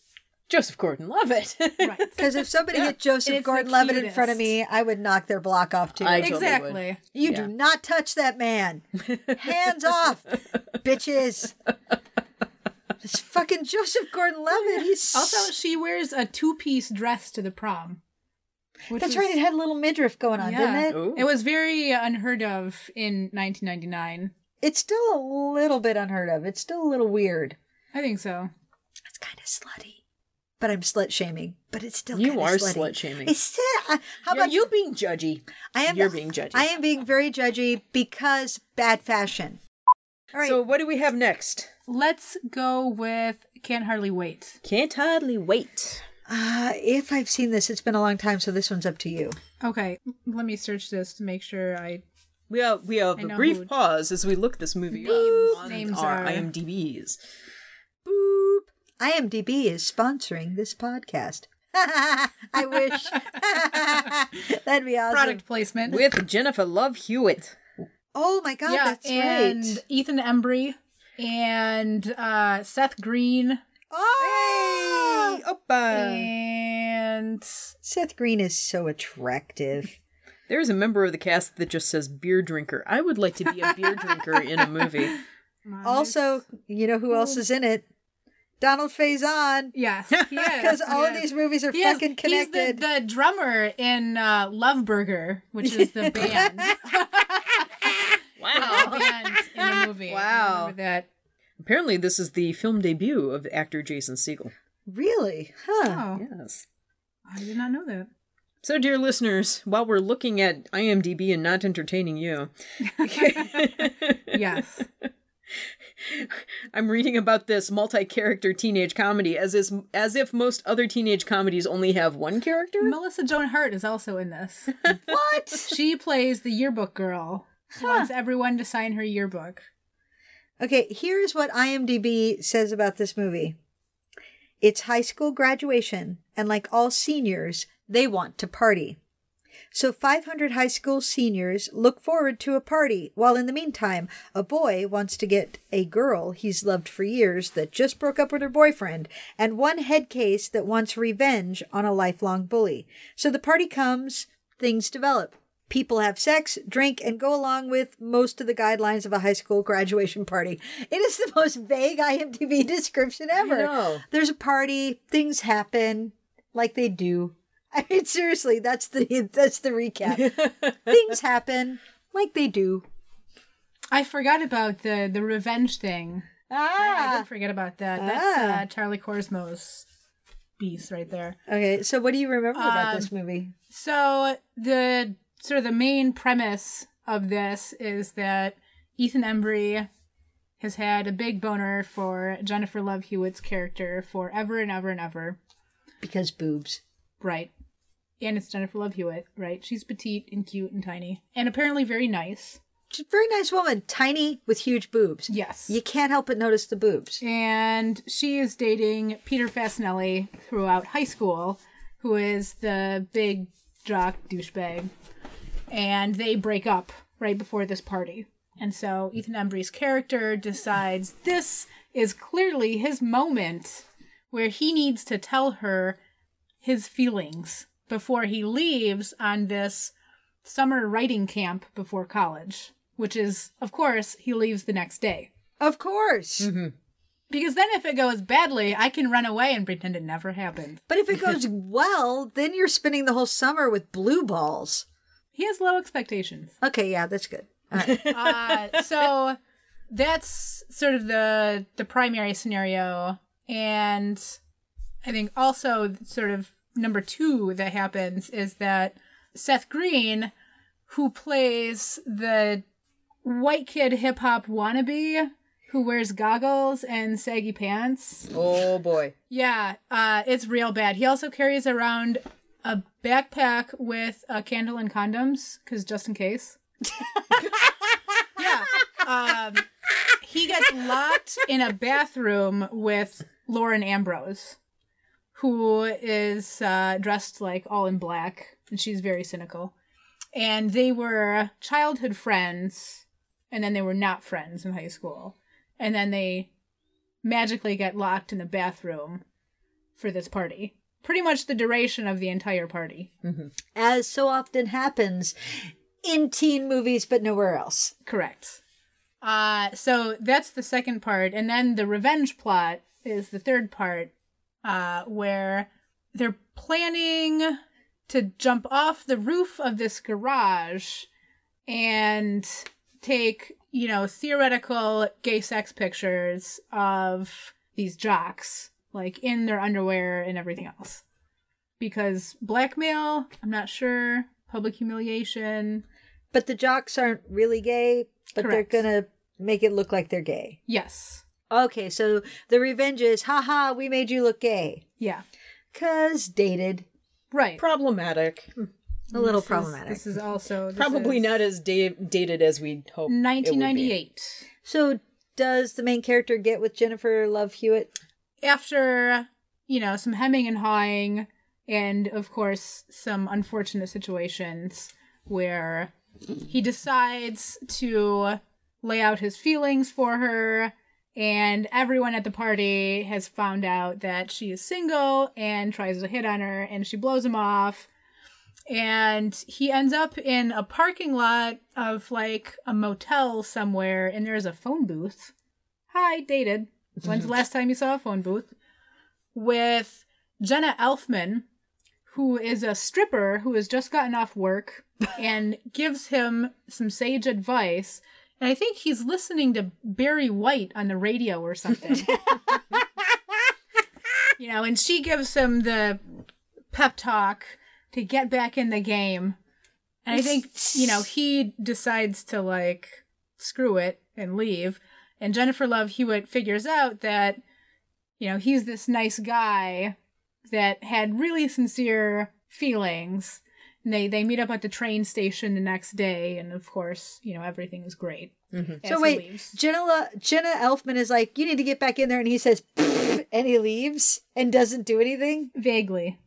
Speaker 2: Joseph Gordon Levitt. (laughs)
Speaker 4: (laughs) Right.
Speaker 1: Because if somebody hit Joseph
Speaker 4: it's the
Speaker 1: Gordon-Levitt in front of me,
Speaker 4: cutest.
Speaker 1: I would knock their block off too.
Speaker 2: I totally would.
Speaker 4: Exactly.
Speaker 1: you
Speaker 2: yeah.
Speaker 1: do not touch that man. Hands
Speaker 2: (laughs)
Speaker 1: off, bitches. This fucking Joseph Gordon-Levitt. He's
Speaker 4: Also, she wears a two piece dress to the prom. which
Speaker 1: That's
Speaker 4: was-
Speaker 1: right. It had a little midriff going on,
Speaker 4: Yeah.
Speaker 1: didn't it?
Speaker 2: Ooh.
Speaker 4: It was very unheard of in 1999.
Speaker 1: It's still a little bit unheard of. It's still a little weird.
Speaker 4: I think so.
Speaker 1: It's kind of slutty, but I'm slut shaming. But it's still
Speaker 2: You
Speaker 1: kinda
Speaker 2: are
Speaker 1: slutty.
Speaker 2: slut-shaming.
Speaker 1: It's still. I- How
Speaker 2: You're-
Speaker 1: about
Speaker 2: you being judgy?
Speaker 1: I am.
Speaker 2: you're being judgy.
Speaker 1: I am being very judgy because bad fashion. All right.
Speaker 2: So what do we have next?
Speaker 4: Let's go with Can't Hardly Wait.
Speaker 2: Can't hardly wait.
Speaker 1: uh, if I've seen this, it's been a long time, so this one's up to you.
Speaker 4: Okay, let me search this to make sure I.
Speaker 2: We have we have
Speaker 4: I
Speaker 2: a
Speaker 4: know
Speaker 2: brief
Speaker 4: who-
Speaker 2: pause as we look this movie
Speaker 4: Names-
Speaker 2: up on
Speaker 4: names
Speaker 2: our
Speaker 4: are-
Speaker 2: IMDb's.
Speaker 1: Boop. IMDb is sponsoring this podcast. (laughs) I wish. (laughs) That'd be awesome.
Speaker 4: Product placement.
Speaker 2: with Jennifer Love Hewitt.
Speaker 1: Oh my god,
Speaker 4: yeah,
Speaker 1: that's
Speaker 4: and
Speaker 1: right.
Speaker 4: Ethan Embry and uh, Seth Green
Speaker 1: Oh,
Speaker 4: Ah!
Speaker 2: Oppa.
Speaker 4: and
Speaker 1: Seth Green is so attractive.
Speaker 2: There's a member of the cast that just says beer drinker. I would like to be a beer drinker in a movie.
Speaker 1: Also, you know who else is in it? Donald Faison. (laughs)
Speaker 4: yes, because
Speaker 1: Because all of these movies are
Speaker 4: He is-
Speaker 1: fucking
Speaker 4: He's
Speaker 1: connected.
Speaker 4: the, the drummer in uh,
Speaker 1: (laughs)
Speaker 4: Love Burger, which is the band.
Speaker 2: Wow.
Speaker 1: Oh.
Speaker 4: band in the movie. I
Speaker 5: Wow.
Speaker 4: remember that.
Speaker 2: Apparently, this is the film debut of actor Jason Segel.
Speaker 1: Really? Huh.
Speaker 4: Oh,
Speaker 2: Yes.
Speaker 4: I did not know that.
Speaker 2: So, dear listeners, while we're looking at IMDb and not entertaining
Speaker 4: (laughs)
Speaker 2: you,
Speaker 1: (laughs)
Speaker 4: Yes.
Speaker 2: I'm reading about this multi-character teenage comedy as is as if most other teenage comedies only have one character.
Speaker 4: Melissa Joan Hart is also
Speaker 1: (laughs)
Speaker 4: in this. (laughs)
Speaker 1: What?
Speaker 4: she plays the yearbook girl. She wants everyone to sign her yearbook.
Speaker 1: Okay, here's what IMDb says about this movie it's high school graduation, and like all seniors, they want to party. So 500 high school seniors look forward to a party, while in the meantime, a boy wants to get a girl he's loved for years that just broke up with her boyfriend, and one head case that wants revenge on a lifelong bully. So the party comes, things develop. People have sex, drink, and go along with most of the guidelines of a high school (laughs) graduation party. It is the most vague IMDb (laughs) description ever.
Speaker 2: know.
Speaker 1: There's a party, things happen like they do. (laughs) I mean, seriously, that's the (laughs) that's the recap. things happen like they do.
Speaker 4: I forgot about the the revenge thing. I
Speaker 1: Ah.
Speaker 4: did forget about that. That's
Speaker 1: Ah.
Speaker 4: uh, Charlie Corsmo's beast right there.
Speaker 1: Okay, so what do you remember about this movie?
Speaker 4: So the sort of the main premise of this is that Ethan Embry has had a big boner for Jennifer Love Hewitt's character forever and ever and ever.
Speaker 1: Because boobs.
Speaker 4: Right. And it's Jennifer Love Hewitt, right? She's petite and cute and tiny. And apparently very nice.
Speaker 1: She's a very nice woman, tiny with huge boobs.
Speaker 4: Yes.
Speaker 1: You can't help but notice the boobs.
Speaker 4: And she is dating Peter Fasinelli throughout high school, who is the big jock douchebag. And they break up right before this party. And so Ethan Embry's character decides this is clearly his moment where he needs to tell her his feelings before he leaves on this summer writing camp before college, which is, of course, he leaves the next day.
Speaker 1: Of course.
Speaker 4: Because then if it goes badly, I can run away and pretend it never happened.
Speaker 1: But (laughs) if it goes well, then you're spending the whole summer with blue balls.
Speaker 4: He has low expectations.
Speaker 1: Okay, yeah, that's good. All right.
Speaker 4: (laughs) Uh, so that's sort of the the primary scenario and I think also sort of number 2 that happens is that Seth Green who plays the white kid hip hop wannabe who wears goggles and saggy pants.
Speaker 2: Oh boy.
Speaker 4: Yeah, uh, it's real bad. He also carries around a backpack with a candle and condoms, because just in case. yeah. Um, he gets locked in a bathroom with Lauren Ambrose, who is uh, dressed like all in black, and she's very cynical. And they were childhood friends, and then they were not friends in high school. And then they magically get locked in the bathroom for this party. Pretty much the duration of the entire party.
Speaker 1: As so often happens in teen movies, but nowhere else.
Speaker 4: Correct. Uh, so that's the second part. And then the revenge plot is the third part, uh, where they're planning to jump off the roof of this garage and take, you know, theoretical gay sex pictures of these jocks, like in their underwear and everything else. Because blackmail, I'm not sure, public humiliation.
Speaker 1: But the jocks aren't really gay, but
Speaker 4: Correct.
Speaker 1: they're gonna make it look like they're gay.
Speaker 4: Yes.
Speaker 1: Okay, so the revenge is, haha, we made you look gay.
Speaker 4: Yeah.
Speaker 1: Cause dated.
Speaker 4: Right.
Speaker 2: Problematic.
Speaker 1: A little
Speaker 4: This is-
Speaker 1: problematic.
Speaker 4: this is also this
Speaker 2: Probably
Speaker 4: is
Speaker 2: not as da- dated as we'd hope. it would be.
Speaker 4: 1998.
Speaker 1: so does the main character get with Jennifer Love Hewitt?
Speaker 4: After you know some hemming and hawing, and of course some unfortunate situations where he decides to lay out his feelings for her, and everyone at the party has found out that she is single and tries to hit on her, and she blows him off. and he ends up in a parking lot of like a motel somewhere and there's a phone booth hi dated when's the last time you saw a phone booth with jenna elfman who is a stripper who has just gotten off work and gives him some sage advice And I think he's listening to Barry White on the radio or something. you know, and she gives him the pep talk to get back in the game. And I think, you know, he decides to like screw it and leave. And Jennifer Love Hewitt figures out that, you know, he's this nice guy that had really sincere feelings. And they they meet up at the train station the next day, and of course, you know, everything is great.
Speaker 2: Mm-hmm.
Speaker 4: as
Speaker 1: So
Speaker 4: he
Speaker 1: wait,
Speaker 4: leaves.
Speaker 1: Jenna, Jenna Elfman is like, you need to get back in there, and he says, "Pfft," and he leaves and doesn't do anything. (laughs)
Speaker 4: vaguely.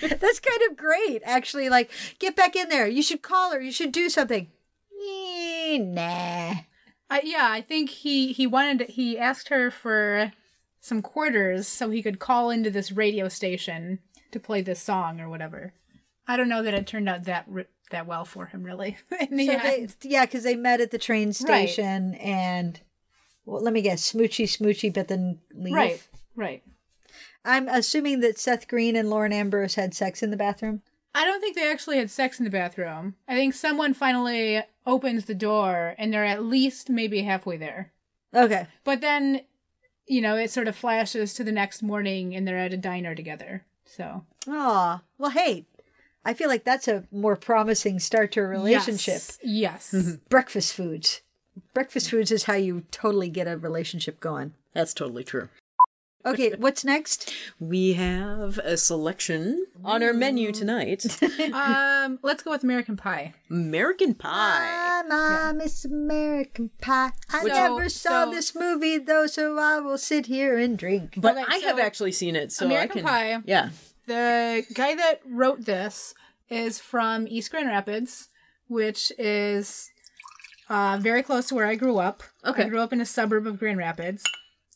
Speaker 1: That's kind of great, actually. Like, get back in there. You should call her. You should do something. Eh, Nah.
Speaker 4: I, yeah, I think he he wanted he asked her for some quarters so he could call into this radio station to play this song or whatever. I don't know that it turned out that ri that well for him really. (laughs) In the
Speaker 1: So they,
Speaker 4: end.
Speaker 1: yeah, because they met at the train
Speaker 4: Right.
Speaker 1: station and well, let me guess, smoochy smoochy, but then leave.
Speaker 4: right, right.
Speaker 1: I'm assuming that Seth Green and Lauren Ambrose had sex in the bathroom.
Speaker 4: I don't think they actually had sex in the bathroom. I think someone finally opens the door and they're at least maybe halfway there.
Speaker 1: Okay.
Speaker 4: But then, you know, it sort of flashes to the next morning and they're at a diner together. So
Speaker 1: Aw. Well, hey, I feel like that's a more promising start to a relationship.
Speaker 4: Yes. yes.
Speaker 1: Breakfast foods. Breakfast foods is how you totally get a relationship going.
Speaker 2: That's totally true.
Speaker 1: Okay,
Speaker 4: (laughs)
Speaker 1: what's next?
Speaker 2: We have a selection on our menu tonight
Speaker 4: (laughs) um, let's go with American Pie.
Speaker 2: American
Speaker 4: Ah,
Speaker 2: Pie.
Speaker 1: I'm a Miss American Pie. I
Speaker 4: Which-
Speaker 1: never
Speaker 4: So-
Speaker 1: saw
Speaker 4: so-
Speaker 1: this movie though, so I will sit here and drink.
Speaker 2: But
Speaker 4: Okay,
Speaker 2: I
Speaker 4: so
Speaker 2: have actually seen it, so
Speaker 4: American
Speaker 2: I can.
Speaker 4: Pie.
Speaker 2: Yeah.
Speaker 4: The guy that wrote this is from East Grand Rapids, which is uh, very close to where I grew up.
Speaker 2: Okay.
Speaker 4: I grew up in a suburb of Grand Rapids.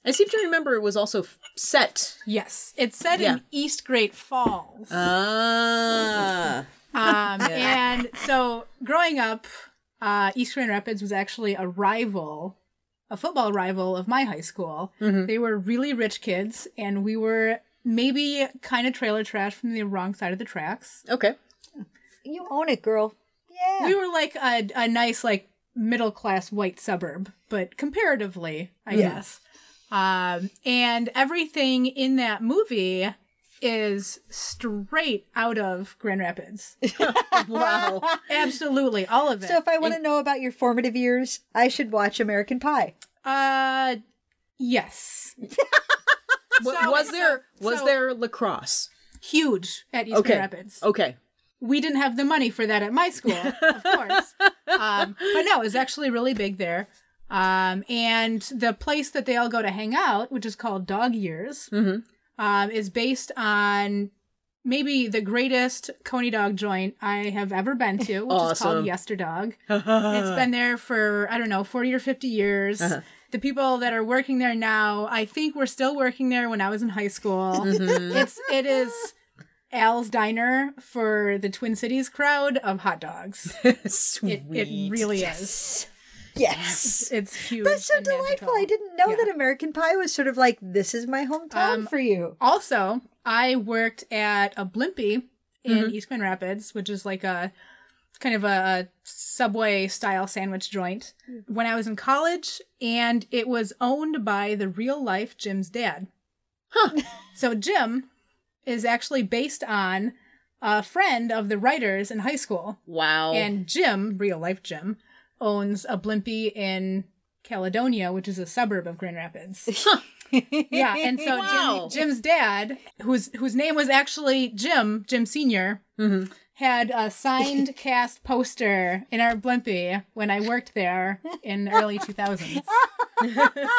Speaker 2: I seem to remember it was also f- set.
Speaker 4: Yes. It's set
Speaker 2: Yeah.
Speaker 4: in East Great Falls.
Speaker 2: Ah.
Speaker 1: (laughs)
Speaker 4: Um, And so growing up, uh, East Grand Rapids was actually a rival, a football rival of my high school.
Speaker 1: Mm-hmm.
Speaker 4: They were really rich kids, and we were maybe kind of trailer trash from the wrong side of the tracks. (laughs)
Speaker 2: Okay.
Speaker 1: You own it, girl. Yeah.
Speaker 4: We were like a, a nice, like, middle class white suburb, but comparatively, I guess. Um, and everything in that movie is straight out of
Speaker 1: (laughs)
Speaker 4: Grand Rapids.
Speaker 2: Wow.
Speaker 4: Absolutely, all of it.
Speaker 1: so if I want to know about your formative years, I should watch American Pie.
Speaker 4: Uh,
Speaker 2: (laughs)
Speaker 4: yes,
Speaker 2: W-
Speaker 4: So-
Speaker 2: was there was
Speaker 4: so-
Speaker 2: there lacrosse?
Speaker 4: huge at East
Speaker 2: Okay.
Speaker 4: Grand Rapids.
Speaker 2: Okay. (laughs)
Speaker 4: We didn't have the money for that at my school, of course. um, but no, it was actually really big there. Um, and the place that they all go to hang out, which is called Dog Years, um, is based on maybe the greatest Coney Dog joint I have ever been to, which is
Speaker 2: Awesome.
Speaker 4: called Yesterdog. it's been there for I don't know forty or fifty years. The people that are working there now, I think, were still working there when I was in high school. It's it is Al's Diner for the Twin Cities crowd of hot dogs.
Speaker 2: Sweet.
Speaker 4: It, it really is.
Speaker 1: Yes.
Speaker 4: It's huge.
Speaker 1: That's so
Speaker 4: and magical.
Speaker 1: delightful. I didn't know
Speaker 4: Yeah.
Speaker 1: that American Pie was sort of like this is my hometown
Speaker 4: Um,
Speaker 1: for you.
Speaker 4: Also, I worked at a Blimpie in
Speaker 1: Mm-hmm.
Speaker 4: East Grand Rapids, which is like a kind of a subway style sandwich joint when I was in college, and it was owned by the real life Jim's dad. Huh. (laughs) so Jim is actually based on a friend of the writers in high school,
Speaker 2: Wow.
Speaker 4: and Jim, real life Jim, owns a Blimpie in Caledonia, which is a suburb of Grand Rapids yeah and so
Speaker 2: Wow.
Speaker 4: Jim, jim's dad whose whose name was actually jim jim senior
Speaker 2: Mm-hmm.
Speaker 4: (laughs) had a signed cast poster in our blimpie when i worked there in the early 2000s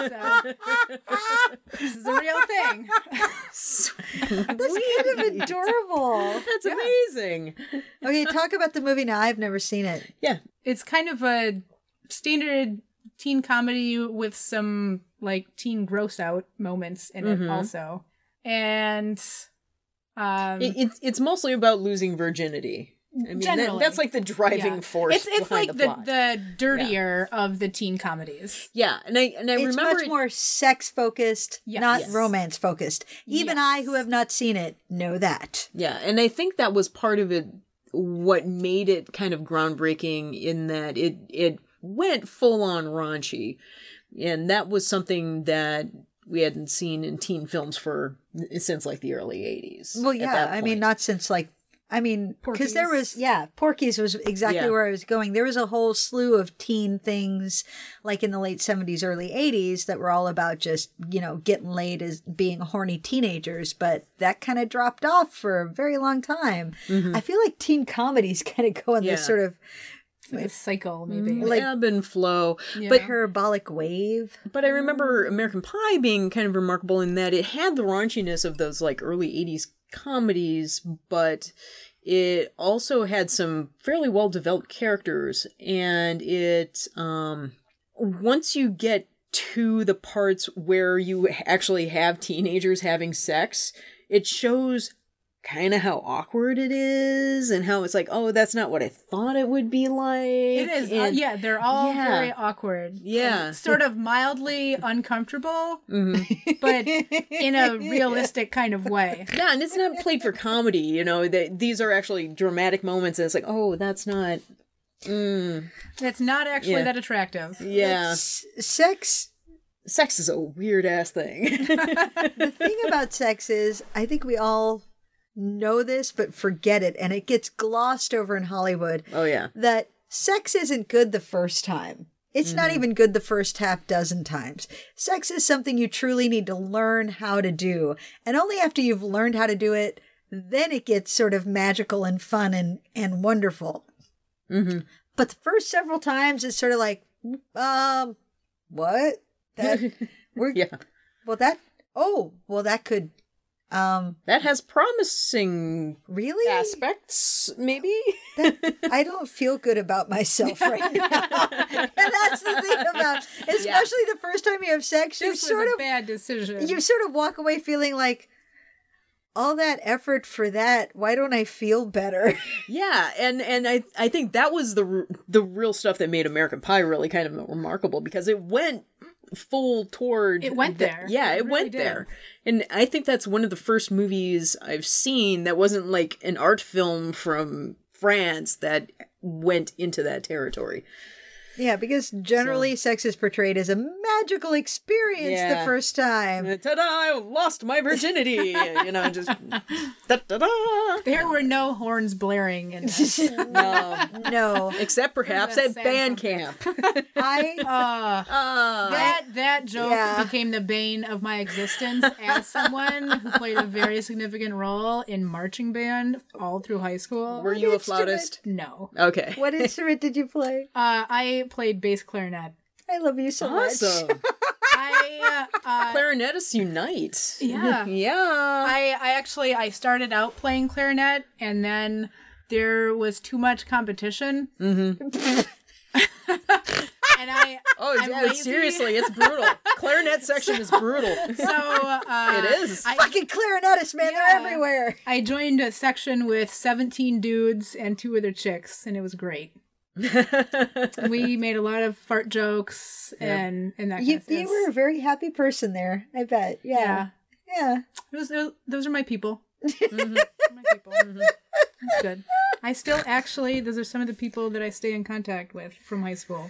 Speaker 4: so, this is a real thing
Speaker 1: (laughs)
Speaker 4: (laughs)
Speaker 1: That's kind of adorable.
Speaker 2: That's amazing.
Speaker 1: Okay, talk about the movie now. I've never seen it.
Speaker 2: Yeah.
Speaker 4: it's kind of a standard teen comedy with some like teen gross out moments in
Speaker 2: Mm-hmm.
Speaker 4: it also and um
Speaker 2: It, it's it's mostly about losing virginity. I mean, that-
Speaker 4: Generally.
Speaker 2: that's like the driving
Speaker 4: Yeah.
Speaker 2: force.
Speaker 4: It's it's
Speaker 2: behind
Speaker 4: like
Speaker 2: the,
Speaker 4: the,
Speaker 2: plot.
Speaker 4: the dirtier of the teen comedies.
Speaker 2: yeah, and I and I
Speaker 1: It's
Speaker 2: remember
Speaker 1: much
Speaker 2: it-
Speaker 1: more sex focused,
Speaker 4: Yes.
Speaker 1: not
Speaker 4: Yes.
Speaker 1: romance focused. Even I, who have not seen it, know that.
Speaker 2: Yeah, and I think that was part of it what made it kind of groundbreaking in that it it went full on raunchy, and that was something that we hadn't seen in teen films for since like the early eighties.
Speaker 1: Well, yeah, I mean, not since like, I mean, because there
Speaker 4: Porky's.
Speaker 1: was, yeah, Porky's was exactly
Speaker 2: Yeah.
Speaker 1: where I was going. There was a whole slew of teen things, like in the late seventies, early eighties, that were all about just you know getting laid as being horny teenagers. But that kind of dropped off for a very long time. I feel like teen comedies (laughs) kind of go in
Speaker 2: Mm-hmm. Yeah.
Speaker 1: this sort of
Speaker 4: Like a cycle, maybe.
Speaker 1: like-
Speaker 2: ebb and flow.
Speaker 4: Yeah.
Speaker 2: But
Speaker 1: parabolic wave.
Speaker 2: But I remember American Pie being kind of remarkable in that it had the raunchiness of those like early 80s comedies, but it also had some fairly well developed characters. And it, um, once you get to the parts where you actually have teenagers having sex, it shows kind of how awkward it is and how it's like, oh, that's not what I thought it would be like.
Speaker 4: It is. uh,
Speaker 2: And-
Speaker 4: yeah, they're all
Speaker 2: yeah.
Speaker 4: very awkward.
Speaker 2: Yeah.
Speaker 4: And Sort of mildly uncomfortable,
Speaker 2: Mhm.
Speaker 4: but
Speaker 2: (laughs)
Speaker 4: in a realistic kind of way.
Speaker 2: Yeah, and it's not played for comedy. You know, that these are actually dramatic moments, and it's like, oh, that's not. Mm,
Speaker 4: That's not actually
Speaker 2: Yeah.
Speaker 4: that attractive.
Speaker 2: yeah,
Speaker 1: S- sex.
Speaker 2: sex is a weird ass thing.
Speaker 1: The
Speaker 2: (laughs)
Speaker 1: thing about sex is, I think we all know this, but forget it, and it gets glossed over in Hollywood.
Speaker 2: oh yeah,
Speaker 1: that sex isn't good the first time. It's not even good the first half dozen times. Sex is something you truly need to learn how to do. And only after you've learned how to do it, then it gets sort of magical and fun and, and wonderful.
Speaker 2: Mhm.
Speaker 1: But the first several times, it's sort of like, um, what? That, we're,
Speaker 2: yeah.
Speaker 1: Well, that, oh, well, that could, um,
Speaker 2: That has promising
Speaker 1: really?
Speaker 2: aspects, maybe.
Speaker 1: I don't feel good about myself right now. (laughs) and that's the thing about especially the first time you have sex, you
Speaker 4: This was
Speaker 1: sort
Speaker 4: a
Speaker 1: of
Speaker 4: bad decision.
Speaker 1: you sort of walk away feeling like all that effort for that, why don't I feel better? (laughs)
Speaker 2: yeah, and and I I think that was the r- the real stuff that made American Pie really kind of remarkable because it went full toward
Speaker 4: It went
Speaker 2: the-
Speaker 4: there.
Speaker 2: yeah, it,
Speaker 4: It really
Speaker 2: went
Speaker 4: did.
Speaker 2: there. And I think that's one of the first movies I've seen that wasn't like an art film from France that went into that territory.
Speaker 1: yeah, because generally sex is portrayed as a magical experience
Speaker 2: Yeah.
Speaker 1: the first time.
Speaker 2: Ta-da! I lost my
Speaker 4: (laughs)
Speaker 2: virginity. you know, just da-da-da.
Speaker 4: there were no horns blaring in
Speaker 1: (laughs)
Speaker 4: this.
Speaker 2: (laughs) No,
Speaker 1: No.
Speaker 2: except perhaps
Speaker 4: There's
Speaker 2: at
Speaker 4: a
Speaker 2: band
Speaker 4: sound
Speaker 2: camp.
Speaker 1: I
Speaker 4: Uh,
Speaker 2: Ah.
Speaker 4: that that joke
Speaker 1: Yeah.
Speaker 4: became the bane of my existence as someone who played a very significant role in marching band all through high school.
Speaker 2: were you a flautist?
Speaker 4: no.
Speaker 2: Okay.
Speaker 1: what instrument did you play?
Speaker 4: Uh, I played bass clarinet.
Speaker 1: I love you so much.
Speaker 2: Awesome.
Speaker 4: I
Speaker 2: (laughs)
Speaker 4: uh,
Speaker 2: Clarinetists unite.
Speaker 4: Yeah.
Speaker 2: yeah.
Speaker 4: I, I actually I started out playing clarinet and then there was too much competition. Mm-hmm. (laughs) and I
Speaker 2: Oh,
Speaker 4: I'm
Speaker 2: yeah,
Speaker 4: lazy.
Speaker 2: seriously, it's brutal. Clarinet section is (laughs) brutal.
Speaker 4: so uh,
Speaker 2: It is.
Speaker 4: I-
Speaker 1: Fucking clarinetists, man,
Speaker 4: Yeah.
Speaker 1: they're everywhere.
Speaker 4: I joined a section with 17 dudes and two other chicks and it was great.
Speaker 1: (laughs)
Speaker 4: we made a lot of fart jokes and and that
Speaker 1: You,
Speaker 4: kind of
Speaker 1: you
Speaker 4: stuff.
Speaker 1: were a very happy person there, I bet.
Speaker 4: yeah.
Speaker 1: Yeah.
Speaker 4: It was, it was- those are my people.
Speaker 1: Mm-hmm.
Speaker 4: My
Speaker 1: (laughs)
Speaker 4: people. Mm-hmm. That's good. I still actually, those are some of the people that I stay in contact with from high school.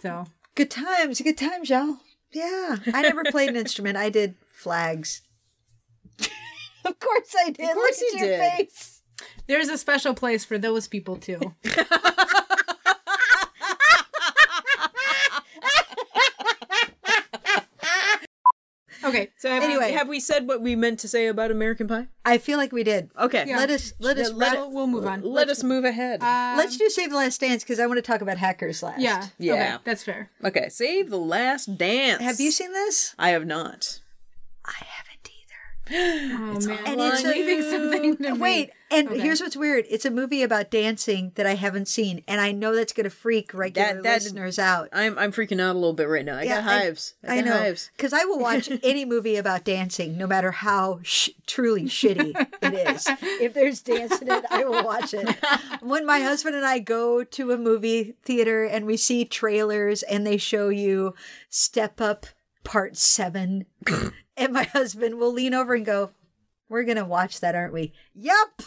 Speaker 4: So,
Speaker 1: Good times, good times, y'all. Yeah. I never played an instrument. I did flags. (laughs) of course I did.
Speaker 2: course
Speaker 1: Look
Speaker 2: you
Speaker 1: at your
Speaker 2: did.
Speaker 1: face.
Speaker 4: there's a special place for those
Speaker 1: (laughs)
Speaker 4: people too. okay.
Speaker 2: so have
Speaker 1: Anyway.
Speaker 2: we, have we said what we meant to say about American Pie?
Speaker 1: I feel like we did.
Speaker 2: Okay.
Speaker 4: Yeah.
Speaker 1: Let us let us
Speaker 4: Let
Speaker 1: Oh, let, um,
Speaker 4: we'll, we'll move on.
Speaker 2: Let us move Uh, ahead.
Speaker 4: uh,
Speaker 1: let's do save the last dance because I want to talk about hackers last.
Speaker 4: Yeah.
Speaker 2: Yeah.
Speaker 4: Okay, that's fair.
Speaker 2: okay. Save the last dance.
Speaker 1: Have you seen this?
Speaker 2: I have not.
Speaker 1: I haven't either.
Speaker 4: Oh man.
Speaker 1: And it's
Speaker 4: I'm
Speaker 1: a-
Speaker 4: leaving something to me.
Speaker 1: Wait, and
Speaker 4: Okay.
Speaker 1: here's what's weird. It's a movie about dancing that I haven't seen, and I know that's going to freak regular
Speaker 2: that-
Speaker 1: listeners out.
Speaker 2: I'm I'm freaking out a little bit right now. I got hives. I,
Speaker 1: I,
Speaker 2: got
Speaker 1: know
Speaker 2: hives. (laughs)
Speaker 1: because I will watch any movie about dancing, no matter how sh- truly shitty it
Speaker 2: (laughs)
Speaker 1: is. If there's dance in it, I will watch it. When my husband and I go to a movie theater and we see trailers and they show you Step Up Part
Speaker 2: (laughs)
Speaker 1: Seven, and my husband will lean over and go, "We're gonna watch that, aren't we?" Yup.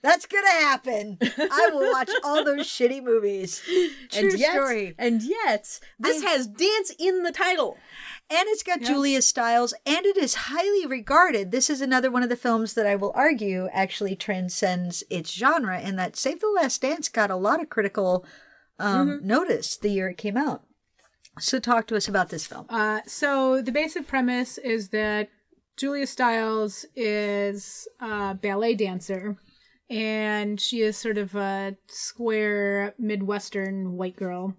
Speaker 1: That's gonna happen. I will watch all
Speaker 2: (laughs)
Speaker 1: those shitty movies. True
Speaker 2: and yet,
Speaker 1: story.
Speaker 2: And yet, this has dance in the title.
Speaker 1: And it's got Julia Stiles, and it is highly regarded. This is another one of the films that I will argue actually transcends its genre, in that Save the Last Dance got a lot of critical um,
Speaker 4: Mm-hmm.
Speaker 1: notice the year it came out. So, talk to us about this film.
Speaker 4: Uh, so the basic premise is that Julia Stiles is a ballet dancer, and she is sort of a square Midwestern white girl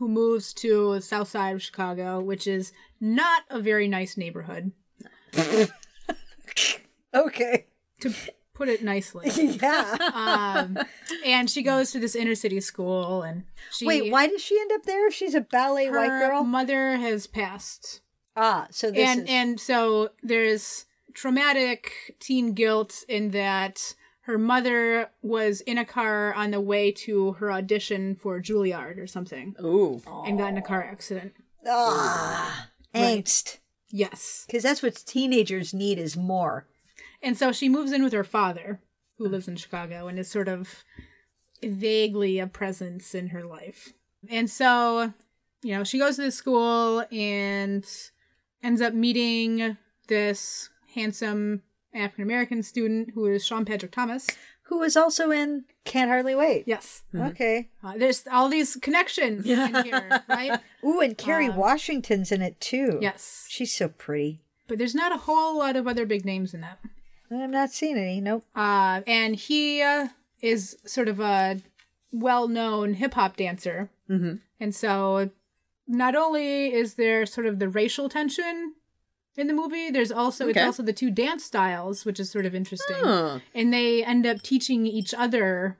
Speaker 4: who moves to the south side of Chicago, which is not a very nice neighborhood, (laughs)
Speaker 1: Okay.
Speaker 4: to put it nicely.
Speaker 1: (laughs) Yeah.
Speaker 4: Um, and she goes to this inner city school, and she
Speaker 1: Wait, why does she end up there if she's a ballet
Speaker 4: her
Speaker 1: white girl?
Speaker 4: mother has passed.
Speaker 1: ah, so this
Speaker 4: and
Speaker 1: is.
Speaker 4: and so there's traumatic teen guilt in that her mother was in a car on the way to her audition for Juilliard or something
Speaker 2: Ooh.
Speaker 4: and got in a car accident.
Speaker 1: ah,
Speaker 4: Right.
Speaker 1: angst.
Speaker 4: Yes.
Speaker 1: Because that's what teenagers need is more.
Speaker 4: And so she moves in with her father, who lives in Chicago and is sort of vaguely a presence in her life. And so, you know, she goes to this school and ends up meeting this handsome African American student who is Sean Patrick Thomas.
Speaker 1: Who was also in Can't Hardly Wait.
Speaker 4: Yes.
Speaker 1: Okay.
Speaker 4: Uh, there's all these connections in here, right?
Speaker 1: Ooh, and Carrie Washington's in it too.
Speaker 4: Um, Yes.
Speaker 1: She's so pretty.
Speaker 4: But there's not a whole lot of other big names in that.
Speaker 1: I've not seen any. Nope.
Speaker 4: Uh, and he uh, is sort of a well known hip hop dancer.
Speaker 2: Mhm.
Speaker 4: And so not only is there sort of the racial tension in the movie, there's also it's
Speaker 2: Okay.
Speaker 4: also the two dance styles, which is sort of interesting.
Speaker 2: Huh.
Speaker 4: And they end up teaching each other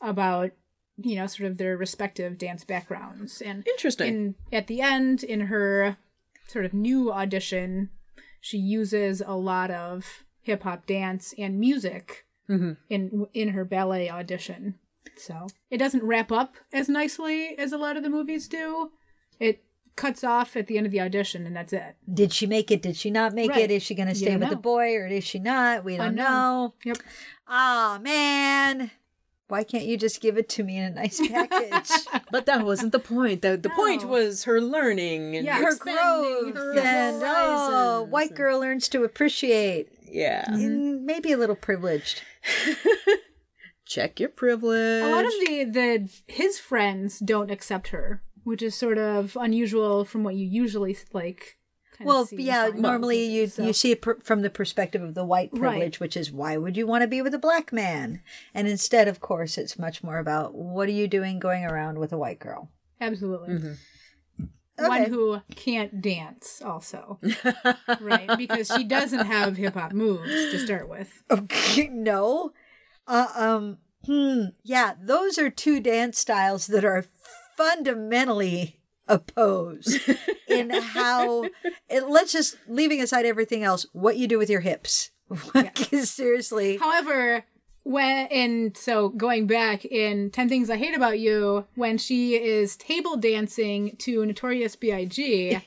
Speaker 4: about, you know, sort of their respective dance backgrounds. And
Speaker 2: Interesting.
Speaker 4: in at the end in her sort of new audition she uses a lot of hip hop dance and music
Speaker 2: Mhm.
Speaker 4: in in her ballet audition so it doesn't wrap up as nicely as a lot of the movies do it cuts off at the end of the audition and that's it
Speaker 1: Did she make it? Did she not make
Speaker 4: Right.
Speaker 1: it? Is she going to
Speaker 4: You
Speaker 1: stay
Speaker 4: don't
Speaker 1: with the
Speaker 4: know.
Speaker 1: boy or is she not? We don't
Speaker 4: Unknown.
Speaker 1: know.
Speaker 4: yep
Speaker 1: Ah, man. Why can't you just give it to me in a
Speaker 4: (laughs)
Speaker 1: nice package?
Speaker 2: But that wasn't the point. The, the point
Speaker 4: No.
Speaker 2: was her learning and
Speaker 4: Yeah.
Speaker 1: her
Speaker 2: expanding
Speaker 1: growth
Speaker 2: her
Speaker 1: and oh,
Speaker 2: horizons.
Speaker 1: white girl learns to appreciate.
Speaker 4: Mm-hmm.
Speaker 2: Yeah.
Speaker 1: Mm, Maybe a little privileged.
Speaker 2: Check your privilege.
Speaker 4: a lot of the the his friends don't accept her which is sort of unusual from what you usually like kinda
Speaker 1: Well,
Speaker 4: see
Speaker 1: yeah.
Speaker 4: in sci-fi
Speaker 1: Normally, you
Speaker 4: movies, so.
Speaker 1: you see it pr- from the perspective of the white
Speaker 4: Right.
Speaker 1: privilege, which is why would you want to be with a black man? And instead, of course, it's much more about what are you doing going around with a white girl?
Speaker 4: Absolutely.
Speaker 1: Okay.
Speaker 4: One who can't dance, also. right? Because she doesn't have hip hop moves to start with.
Speaker 1: Okay, (laughs) no. Uh, um. Hmm. Yeah, those are two dance styles that are fundamentally opposed in
Speaker 4: (laughs)
Speaker 1: how. It, let's just leaving aside everything else. What you do with your hips? (laughs) Seriously.
Speaker 4: However, when, and so going back in 10 Things I Hate About You, when she is table dancing to Notorious B.I.G., she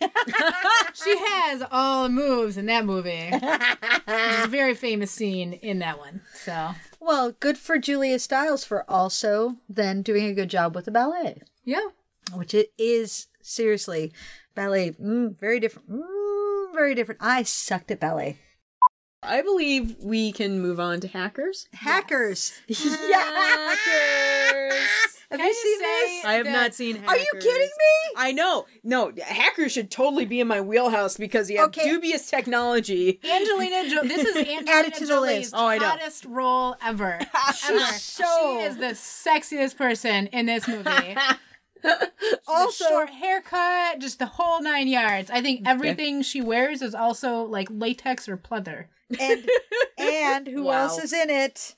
Speaker 4: has all the moves in that movie. Which is a very famous scene in that one. So,
Speaker 1: Well, good for Julia Stiles for also then doing a good job with the ballet,
Speaker 4: yeah.
Speaker 1: which it is seriously ballet. Mm, very different. Mm, very different. I sucked at ballet.
Speaker 2: I believe we can move on
Speaker 1: (laughs)
Speaker 2: to hackers.
Speaker 1: Hackers.
Speaker 2: Hackers.
Speaker 1: Have
Speaker 4: Can
Speaker 1: you
Speaker 4: I
Speaker 1: seen
Speaker 4: say
Speaker 1: this?
Speaker 2: I have
Speaker 4: that-
Speaker 2: not seen hackers.
Speaker 1: Are you kidding me?
Speaker 2: I know. No, hackers should totally be in my wheelhouse because he had
Speaker 1: Okay.
Speaker 2: dubious technology.
Speaker 4: Angelina Jo- This
Speaker 1: (laughs)
Speaker 4: is
Speaker 1: Add
Speaker 4: Angelina
Speaker 1: it to the
Speaker 4: Jolie's
Speaker 1: list.
Speaker 2: Oh, I know.
Speaker 4: hottest role ever.
Speaker 1: (laughs)
Speaker 4: ever.
Speaker 1: so-
Speaker 4: She is the sexiest person in this movie.
Speaker 1: (laughs) Also,
Speaker 4: Short haircut, just the whole nine yards. I think everything she wears is also like latex or pleather.
Speaker 1: (laughs) and and who
Speaker 2: Wow.
Speaker 1: else is in it?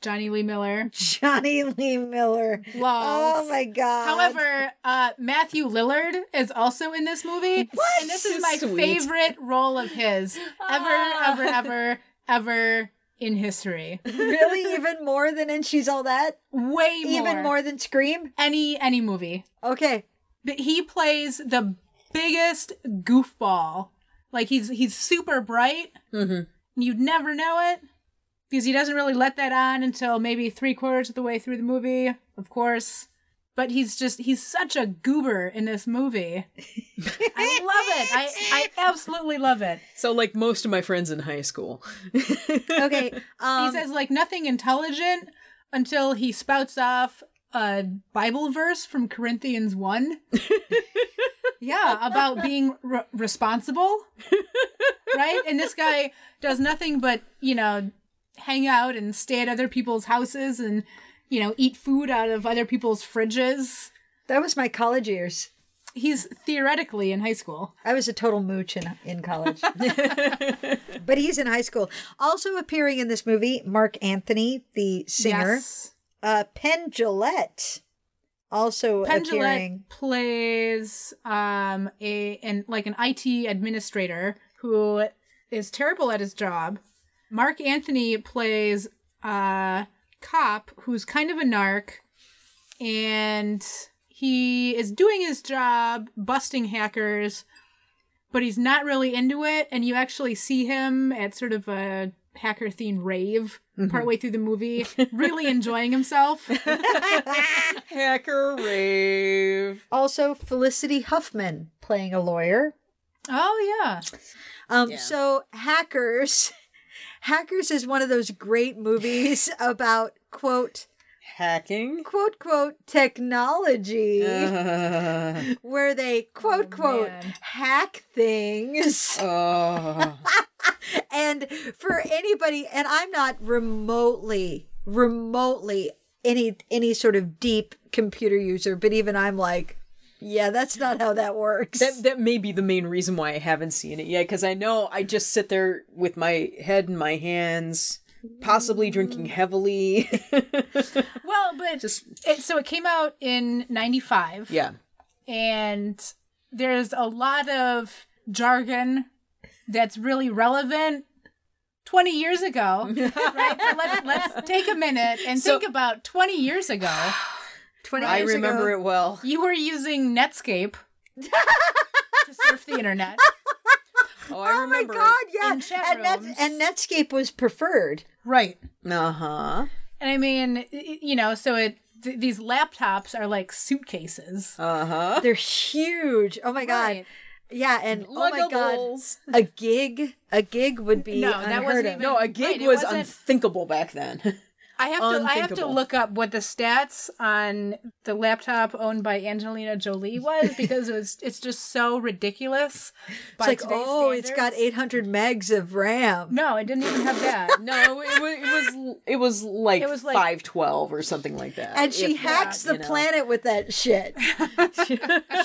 Speaker 4: Johnny Lee Miller.
Speaker 1: Johnny Lee Miller.
Speaker 4: Loves.
Speaker 1: Oh my god.
Speaker 4: However, (laughs) uh, Matthew Lillard is also in this movie. And this is my
Speaker 2: Sweet.
Speaker 4: favorite role of
Speaker 1: (laughs)
Speaker 4: his ever, ever, ever, ever in history.
Speaker 1: really even more than and she's all that?
Speaker 4: Way more.
Speaker 1: Even more than Scream?
Speaker 4: any any movie.
Speaker 1: Okay.
Speaker 4: But he plays the biggest goofball. Like he's he's super bright. Mm-hmm. You'd never know it. because he doesn't really let that on until maybe three quarters of the way through the movie, of course. But he's just he's such a goober in this movie. I love it. I, I absolutely love it.
Speaker 2: So, like most of my friends in high school. (laughs)
Speaker 1: Okay. Um,
Speaker 4: (laughs) he says like nothing intelligent until he spouts off a Bible verse from
Speaker 1: (laughs)
Speaker 4: Corinthians 1. yeah, about being re- responsible. right? And this guy does nothing but, you know, hang out and stay at other people's houses and, you know, eat food out of other people's fridges.
Speaker 1: that was my college years.
Speaker 4: He's theoretically in high school.
Speaker 1: I was a total mooch in, in
Speaker 4: (laughs)
Speaker 1: college. (laughs) but he's in high school. Also appearing in this movie, Mark Anthony, the singer.
Speaker 4: Yes.
Speaker 1: Uh, Penn Gillette also appearing.
Speaker 4: Pendulette plays um a and like an IT administrator who is terrible at his job. Mark Anthony plays a cop who's kind of a narc and he is doing his job busting hackers but he's not really into it and you actually see him at sort of a hacker themed rave partway through the movie really enjoying himself
Speaker 2: Hacker rave.
Speaker 1: Also, Felicity Huffman playing a lawyer.
Speaker 4: oh yeah
Speaker 1: Um, So, Hackers. (laughs) Hackers is one of those great
Speaker 4: (laughs)
Speaker 1: movies about, quote,
Speaker 2: Hacking. (laughs)
Speaker 1: quote, quote, technology,
Speaker 2: Uh,
Speaker 1: where they, quote, quote,
Speaker 4: Oh, man.
Speaker 1: hack things.
Speaker 2: oh.
Speaker 1: And for anybody, and I'm not remotely, remotely any any sort of deep computer user, but even I'm like, yeah, that's not how that works.
Speaker 2: That that may be the main reason why I haven't seen it yet, because I know I just sit there with my head in my hands, possibly drinking heavily. (laughs)
Speaker 4: Well, but
Speaker 2: Just-
Speaker 4: it, so it came out in '95,
Speaker 2: yeah.
Speaker 4: and there's a lot of jargon that's really relevant. 20 years
Speaker 2: (laughs)
Speaker 4: ago, right? So let's, let's take a minute and
Speaker 2: So-
Speaker 4: think about 20 years ago.
Speaker 2: (gasps)
Speaker 1: Twenty
Speaker 2: I remember it well.
Speaker 4: You were using Netscape to surf
Speaker 2: (laughs)
Speaker 4: the internet.
Speaker 2: Oh, I
Speaker 1: Oh my
Speaker 2: remember.
Speaker 1: god, yeah.
Speaker 4: in chat
Speaker 1: and,
Speaker 4: rooms.
Speaker 1: and Netscape was preferred.
Speaker 4: Right.
Speaker 2: Uh huh.
Speaker 4: And I mean, i- i- you know, so it th- these laptops are like suitcases.
Speaker 2: Uh huh.
Speaker 1: They're huge. Oh my god.
Speaker 4: Right.
Speaker 1: Yeah, and oh my god, a gig, a gig would be
Speaker 4: No, that
Speaker 1: unheard
Speaker 4: wasn't
Speaker 1: of.
Speaker 4: even-
Speaker 2: No, Oh, a gig
Speaker 4: Right, it
Speaker 2: was
Speaker 4: wasn't-
Speaker 2: unthinkable back then. (laughs)
Speaker 4: I have to I have to
Speaker 2: Unthinkable.
Speaker 4: look up what the stats on the laptop owned by Angelina
Speaker 1: (laughs)
Speaker 4: Jolie was because it was it's just so ridiculous.
Speaker 1: It's like, oh, it's got 800 megs of RAM.
Speaker 4: No, it didn't even
Speaker 1: (laughs)
Speaker 4: have that.
Speaker 2: no, it was it was it was like
Speaker 4: It was like-
Speaker 2: five twelve or something like that.
Speaker 1: And she
Speaker 2: if that,
Speaker 1: hacks the
Speaker 2: you know.
Speaker 1: planet with that shit.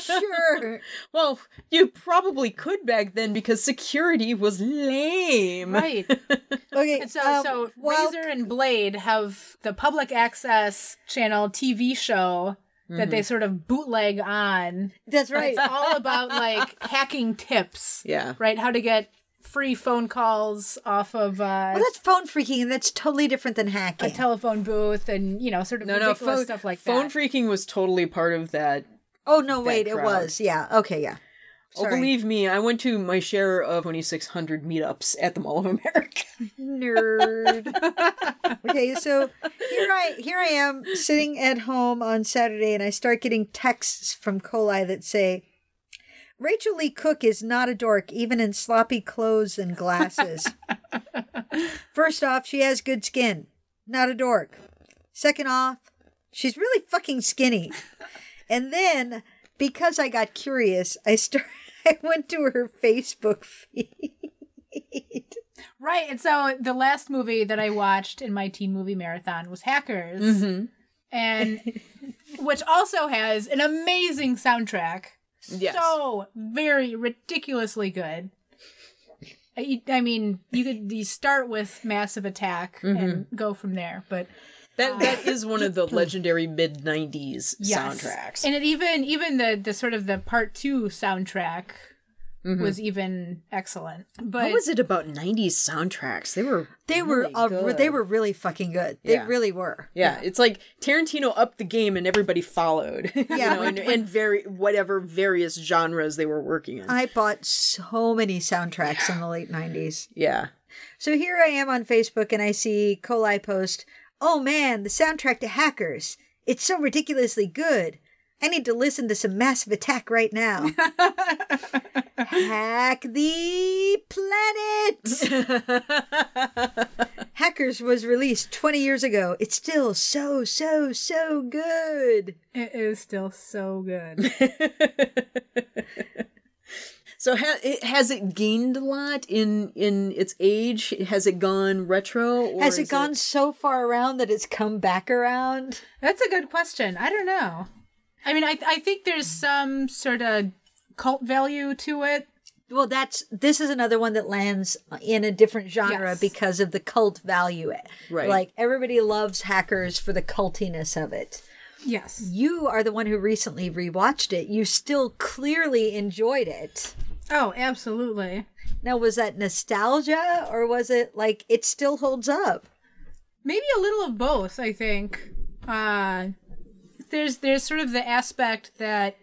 Speaker 1: sure.
Speaker 2: Well, you probably could back then because security was lame.
Speaker 4: right.
Speaker 1: Okay.
Speaker 4: And so
Speaker 1: um,
Speaker 4: so
Speaker 1: while-
Speaker 4: Razor and Blade have the public access channel TV show that
Speaker 1: Mm-hmm.
Speaker 4: they sort of bootleg on.
Speaker 1: That's right.
Speaker 4: It's
Speaker 1: (laughs)
Speaker 4: all about like hacking tips.
Speaker 2: Yeah.
Speaker 4: Right? How to get free phone calls off of uh
Speaker 1: Well, that's phone freaking, and that's totally different than hacking.
Speaker 4: a telephone booth and you know sort of
Speaker 2: No, no,
Speaker 4: ridiculous
Speaker 2: phone,
Speaker 4: stuff like
Speaker 2: phone
Speaker 4: that.
Speaker 2: freaking was totally part of that.
Speaker 1: oh, no, wait, it
Speaker 2: crowd.
Speaker 1: was. Yeah. Okay, yeah.
Speaker 2: Oh,
Speaker 1: Sorry.
Speaker 2: believe me, I went to my share of 2,600 meetups at the Mall of (laughs) America.
Speaker 1: nerd. (laughs) okay, so here I here I am sitting at home on Saturday, and I start getting texts from Coli that say, "Rachel Lee Cook is not a dork, even in sloppy clothes and glasses." First off, she has good skin, not a dork. Second off, she's really fucking skinny. And then, because I got curious, I start. (laughs) I went to her Facebook feed.
Speaker 4: right and so the last movie that i watched in my teen movie marathon was hackers
Speaker 2: Mm-hmm. (laughs)
Speaker 4: and which also has an amazing soundtrack
Speaker 2: Yes.
Speaker 4: so very ridiculously good I, I mean you could you start with massive attack and
Speaker 2: Mm-hmm.
Speaker 4: go from there but
Speaker 2: that that is one of the legendary mid 90s
Speaker 4: Yes.
Speaker 2: soundtracks.
Speaker 4: And it even even the the sort of the part two soundtrack
Speaker 2: Mm-hmm.
Speaker 4: was even excellent. But
Speaker 2: what was it about 90s soundtracks? They were
Speaker 1: They were
Speaker 2: really
Speaker 1: uh,
Speaker 2: good.
Speaker 1: they were really fucking good.
Speaker 2: Yeah.
Speaker 1: They really were.
Speaker 2: Yeah, it's like Tarantino upped the game and everybody followed. (laughs) Yeah,
Speaker 1: Yeah,
Speaker 2: and, and very whatever various genres they were working in.
Speaker 1: I bought so many soundtracks in the late nineties.
Speaker 2: yeah,
Speaker 1: So here I am on Facebook and I see Coli post, oh man, the soundtrack to Hackers. It's so ridiculously good. I need to listen to some Massive Attack right
Speaker 2: (laughs)
Speaker 1: now. Hack the planet!
Speaker 2: (laughs)
Speaker 1: Hackers was released 20 years ago. It's still so, so, so good.
Speaker 4: It is still so good. (laughs)
Speaker 2: so ha- it, has it gained a lot in in its age? Has it gone retro? Or
Speaker 1: Has
Speaker 2: is
Speaker 1: it gone so far around that it's come back around?
Speaker 4: That's a good question. I don't know. I mean, I I think there's some sort of cult value to it.
Speaker 1: Well, that's this is another one that lands in a different genre
Speaker 4: Yes.
Speaker 1: because of the cult value. It
Speaker 2: Right.
Speaker 1: like everybody loves hackers for the cultiness of it.
Speaker 4: Yes.
Speaker 1: You are the one who recently rewatched it. You still clearly enjoyed it.
Speaker 4: Oh, absolutely.
Speaker 1: Now, was that nostalgia or was it like it still holds up?
Speaker 4: maybe a little of both i think uh there's there's sort of the aspect that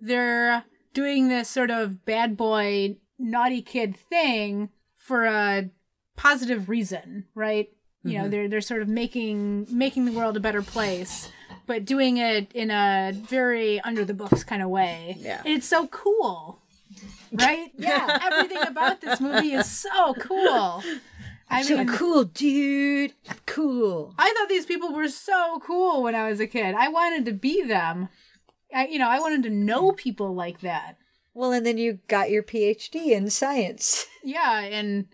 Speaker 4: they're doing this sort of bad boy naughty kid thing for a positive reason right you
Speaker 1: Mm-hmm.
Speaker 4: know they're they're sort of making making the world a better place but doing it in a very under the books kind of way
Speaker 2: Yeah.
Speaker 4: And it's so cool right
Speaker 1: (laughs) Yeah.
Speaker 4: everything about this movie is so cool i
Speaker 1: So cool, dude. I'm cool.
Speaker 4: I thought these people were so cool when I was a kid. I wanted to be them. I, you know, I wanted to
Speaker 2: Mm.
Speaker 4: know people like that.
Speaker 1: Well, and then you got your PhD in science.
Speaker 4: Yeah, and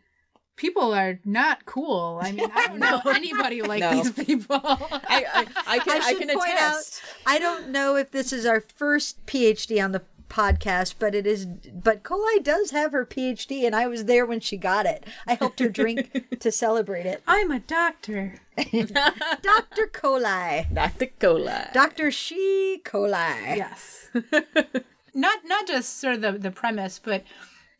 Speaker 4: people are not cool. I mean, I
Speaker 2: (laughs)
Speaker 4: don't know anybody like
Speaker 2: No.
Speaker 4: these people. (laughs)
Speaker 2: I, I, I can, I
Speaker 1: should
Speaker 2: can
Speaker 1: point
Speaker 2: attest.
Speaker 1: out. I don't know if this is our first PhD on the podcast, but it is. But Coli does have her PhD, and I was there when she got it. I helped her
Speaker 2: (laughs)
Speaker 1: drink to celebrate it.
Speaker 4: I'm a doctor.
Speaker 1: Doctor Coli,
Speaker 2: Dr. Cola.
Speaker 1: Doctor She Coli.
Speaker 4: Yes. (laughs) not not just sort of the, the premise, but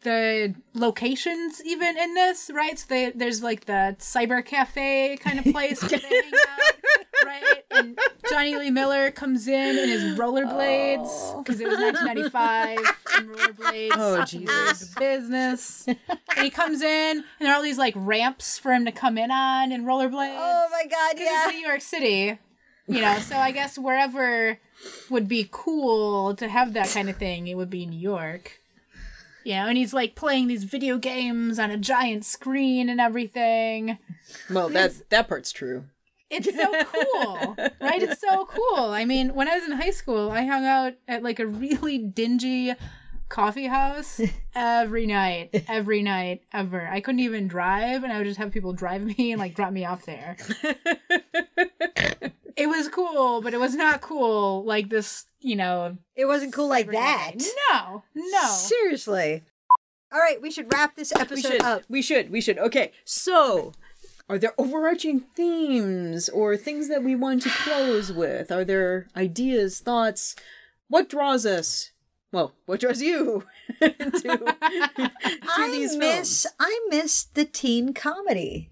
Speaker 4: the locations even in this, right? So they, there's like the cyber cafe kind of place where they hang
Speaker 2: (laughs)
Speaker 4: out, right? And Johnny Lee Miller comes in in his rollerblades because it was
Speaker 2: (laughs)
Speaker 4: 1995 and rollerblades.
Speaker 2: Oh,
Speaker 4: he was
Speaker 2: Jesus.
Speaker 4: into business. And he comes in and there are all these like ramps for him to come in on and rollerblades.
Speaker 1: Oh my God!
Speaker 4: It's
Speaker 1: Yeah.
Speaker 4: New York City, you know. So I guess wherever would be cool to have that kind of thing, it would be New York. You know, and he's like playing these video games on a giant screen and everything.
Speaker 2: Well, that, that part's true.
Speaker 4: It's so cool, right? It's so cool. I mean, when I was in high school, I hung out at like a really dingy
Speaker 2: (laughs)
Speaker 4: coffee house every night, every night, ever. I couldn't even drive, and I would just have people drive me and like drop me off there. it was cool, but it was not cool like this, you know.
Speaker 1: It wasn't cool like that.
Speaker 4: No, no.
Speaker 1: Seriously. All right, we should wrap this
Speaker 2: We
Speaker 1: episode
Speaker 2: should.
Speaker 1: up.
Speaker 2: We should. We should. Okay. So, are there overarching themes or things that we want to close with? Are there ideas, thoughts? What draws us? Well, what draws you (laughs) to,
Speaker 1: (laughs)
Speaker 2: to
Speaker 1: I
Speaker 2: these
Speaker 1: miss
Speaker 2: films?
Speaker 1: I miss the teen comedy.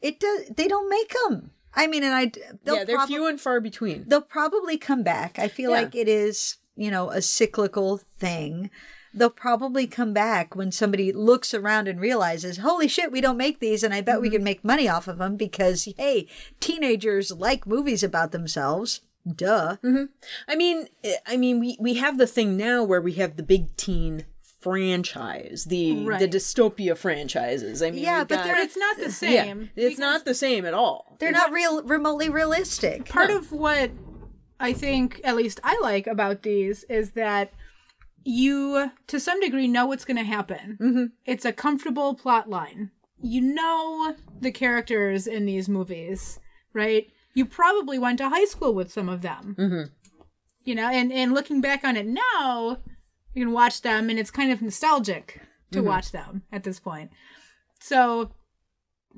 Speaker 1: It does. They don't make them. I mean, and I they'll
Speaker 2: Yeah, they're
Speaker 1: probably-
Speaker 2: few and far between.
Speaker 1: they'll probably come back. I feel
Speaker 2: Yeah.
Speaker 1: like it is, you know, a cyclical thing. They'll probably come back when somebody looks around and realizes, holy shit, we don't make these, and I bet we can make money off of them because, hey, teenagers like movies about themselves. Duh.
Speaker 2: I mean, eh, I mean, we we have the thing now where we have the big teen franchise, the the
Speaker 4: Right.
Speaker 2: dystopia franchises. I mean,
Speaker 1: Yeah,
Speaker 2: we've
Speaker 1: but
Speaker 2: got-
Speaker 4: But it's not the
Speaker 2: yeah,
Speaker 4: same.
Speaker 2: it's not the same at all.
Speaker 1: They're not real, remotely realistic.
Speaker 4: part of what I think, at least I like about these, is that you, to some degree, know what's going to happen. Mm-hmm. It's a comfortable plot line. You know the characters in these movies, right? You probably went to high school with some of them. Mm-hmm. You know, and, and looking back on it now, you can watch them, and it's kind of nostalgic to watch them at this point. So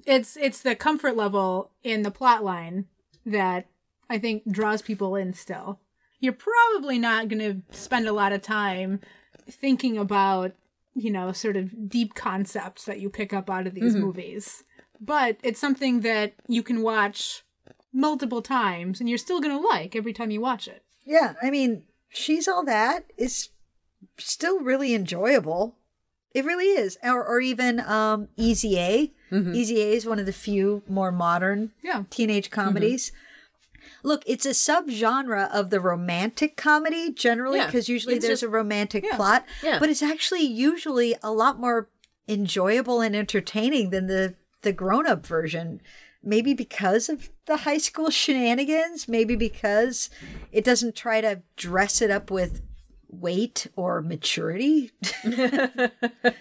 Speaker 4: it's it's the comfort level in the plot line that I think draws people in still. You're probably not going to spend a lot of time thinking about, you know, sort of deep concepts that you pick up out of these movies. But it's something that you can watch multiple times and you're still going to like every time you watch it.
Speaker 1: Yeah, I mean, she's all that is still really enjoyable. It really is, or or even um, Easy A. Easy A is one of the few more modern
Speaker 4: Yeah.
Speaker 1: teenage comedies. Look, it's a subgenre of the romantic comedy generally,
Speaker 2: Yeah.
Speaker 1: because usually
Speaker 2: It's
Speaker 1: there's
Speaker 2: just-
Speaker 1: a romantic
Speaker 4: yeah,
Speaker 1: plot,
Speaker 2: yeah.
Speaker 1: but it's actually usually a lot more enjoyable and entertaining than the the grown up version. Maybe because of the high school (laughs) shenanigans, maybe because it doesn't try to dress it up with weight or maturity. (laughs) like,
Speaker 4: I feel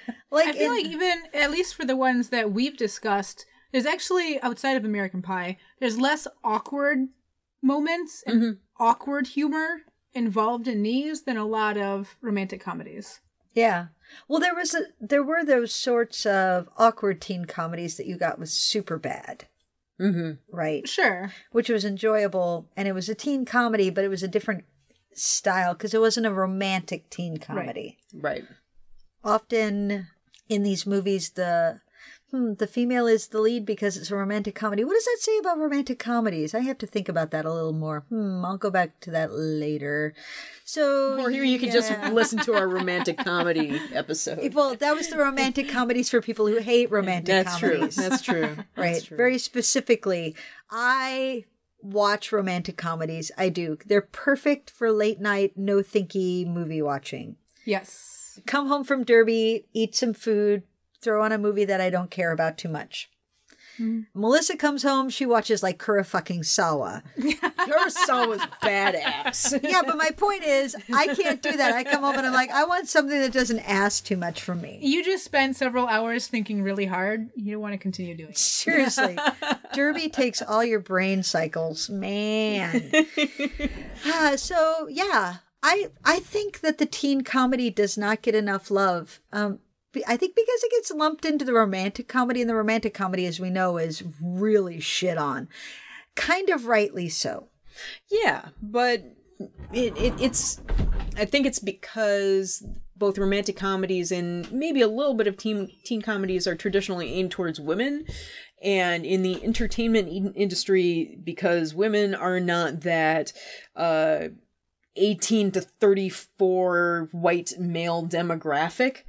Speaker 1: it-
Speaker 4: like even at least for the ones that we've discussed, there's actually outside of American Pie, there's less awkward moments and awkward humor involved in these than a lot of romantic comedies.
Speaker 1: Yeah. Well, there was a, there were those sorts of awkward teen comedies that you got with super bad, mm-hmm. right?
Speaker 4: Sure.
Speaker 1: Which was enjoyable, and it was a teen comedy, but it was a different style because it wasn't a romantic teen comedy.
Speaker 2: Right.
Speaker 1: Often in these movies, the hmm, the female is the lead because it's a romantic comedy. What does that say about romantic comedies? I have to think about that a little more. Hmm, I'll go back to that later. So,
Speaker 2: Or here you can just
Speaker 1: yeah.
Speaker 2: listen to
Speaker 1: (laughs)
Speaker 2: our romantic comedy episode.
Speaker 1: Well, that was the
Speaker 2: (laughs)
Speaker 1: romantic comedies for people who hate romantic
Speaker 2: That's true.
Speaker 1: comedies.
Speaker 2: That's true.
Speaker 1: (laughs) right. Very specifically, I watch romantic comedies. I do. They're perfect for late night, no thinky movie watching.
Speaker 4: Yes.
Speaker 1: Come home from Derby, eat some food, throw on a movie that I don't care about too much.
Speaker 2: Hmm.
Speaker 1: Melissa comes home, she watches like Kura fucking Sawa.
Speaker 2: Your song was (laughs) badass.
Speaker 1: Yeah, but my point is, I can't do that. I come home and I'm like, I want something that doesn't ask too much from me.
Speaker 4: You just spent several hours thinking really hard. You don't want to continue doing it.
Speaker 1: Seriously,
Speaker 2: (laughs)
Speaker 1: Derby takes all your brain cycles, man. Ah, so yeah, I I think that the teen comedy does not get enough love. Um, be- I think because it gets lumped into the romantic comedy, and the romantic comedy, as we know, is really shit on, kind of rightly so.
Speaker 2: Yeah, but it, it it's I think it's because both romantic comedies and maybe a little bit of teen teen comedies are traditionally aimed towards women and in the entertainment in- industry because women are not that uh 18 to 34 white male demographic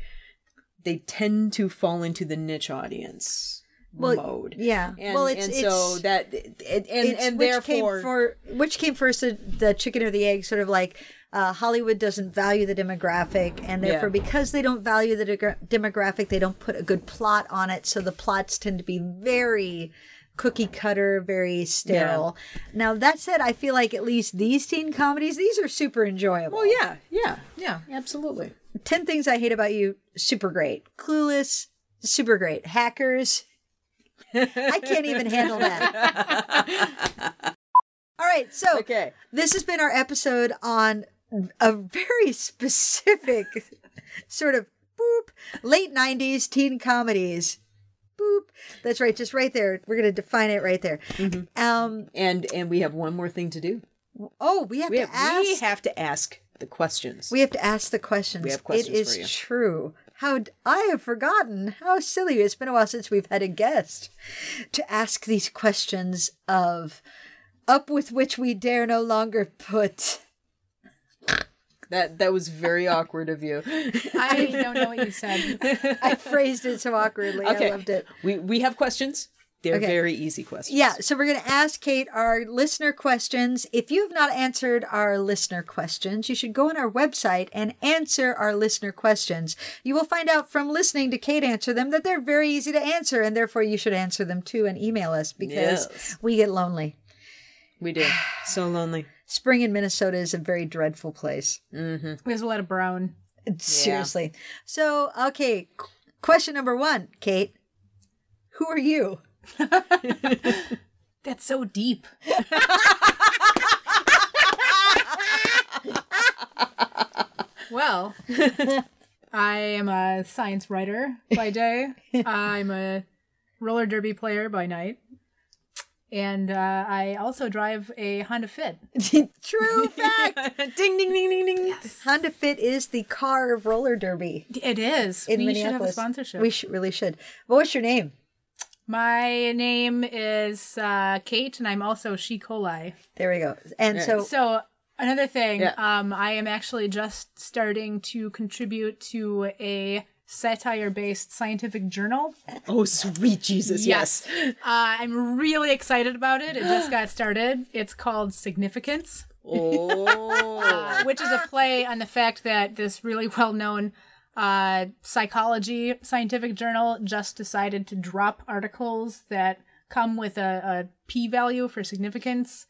Speaker 2: they tend to fall into the niche audience
Speaker 1: Well,
Speaker 2: mode
Speaker 1: yeah.
Speaker 2: and,
Speaker 1: Well, it's-
Speaker 2: and so
Speaker 1: it's-
Speaker 2: that and and,
Speaker 1: It's
Speaker 2: and
Speaker 1: which
Speaker 2: therefore
Speaker 1: came for which came first, the, the chicken or the egg? Sort of like uh, Hollywood doesn't value the demographic, and therefore because they don't value the degra- demographic, they don't put a good plot on it. So the plots tend to be very cookie cutter, very sterile. Now that said, I feel like at least these teen comedies, these are super enjoyable.
Speaker 2: Well, yeah, yeah,
Speaker 4: Yeah.
Speaker 2: absolutely.
Speaker 1: Ten Things I Hate About You, super great. Clueless, super great. Hackers, I can't even handle that.
Speaker 2: (laughs)
Speaker 1: All right, so
Speaker 2: Okay.
Speaker 1: this has been our episode on a very specific sort of boop late 90s teen comedies. Boop. That's right, just right there. We're going to define it right there.
Speaker 2: Mm-hmm.
Speaker 1: Um,
Speaker 2: And and we have one more thing to do.
Speaker 1: oh, we have
Speaker 2: We
Speaker 1: to
Speaker 2: have,
Speaker 1: ask.
Speaker 2: we have to ask the questions.
Speaker 1: We have to ask the questions.
Speaker 2: We have questions
Speaker 1: It is
Speaker 2: for you.
Speaker 1: true. How d- I have forgotten. How silly! It's been a while since we've had a guest to ask these questions of up with which we dare no longer put.
Speaker 2: that that was (laughs) very awkward of you.
Speaker 4: I don't know what you said.
Speaker 1: I phrased it so awkwardly.
Speaker 2: Okay.
Speaker 1: I loved it.
Speaker 2: We we have questions. They're
Speaker 1: Okay.
Speaker 2: very easy questions.
Speaker 1: Yeah, so we're going to ask Kate our listener questions. If you have not answered our listener questions, you should go on our website and answer our listener questions. You will find out from listening to Kate answer them that they're very easy to answer, and therefore you should answer them too and email us because
Speaker 2: Yes.
Speaker 1: we get lonely.
Speaker 2: We do. So lonely.
Speaker 1: Spring in Minnesota is a very dreadful place.
Speaker 4: There's a lot of brown.
Speaker 1: Seriously. So, okay, qu- question number one, Kate. Who are you? (laughs)
Speaker 4: That's so deep. (laughs) well, I am a science writer by day. I'm a roller derby player by night. And uh, I also drive a Honda Fit.
Speaker 1: True fact.
Speaker 2: (laughs) ding ding ding ding ding.
Speaker 1: Honda Fit is the car of roller derby.
Speaker 4: It is.
Speaker 1: in
Speaker 4: we should have a
Speaker 1: Minneapolis.
Speaker 4: sponsorship.
Speaker 1: We should, really should. But what's your name?
Speaker 4: My name is uh, Kate, and I'm also She Coli.
Speaker 1: There we go. And so,
Speaker 4: So another thing,
Speaker 2: Yeah.
Speaker 4: um, I am actually just starting to contribute to a satire based scientific journal.
Speaker 2: Oh, sweet Jesus. Yes.
Speaker 4: Uh, I'm really excited about it. It just got started. It's called Significance,
Speaker 2: Oh. (laughs)
Speaker 4: uh, (laughs) which is a play on the fact that this really (laughs) well known uh, psychology scientific journal just decided to drop articles that come with a, a p value for significance.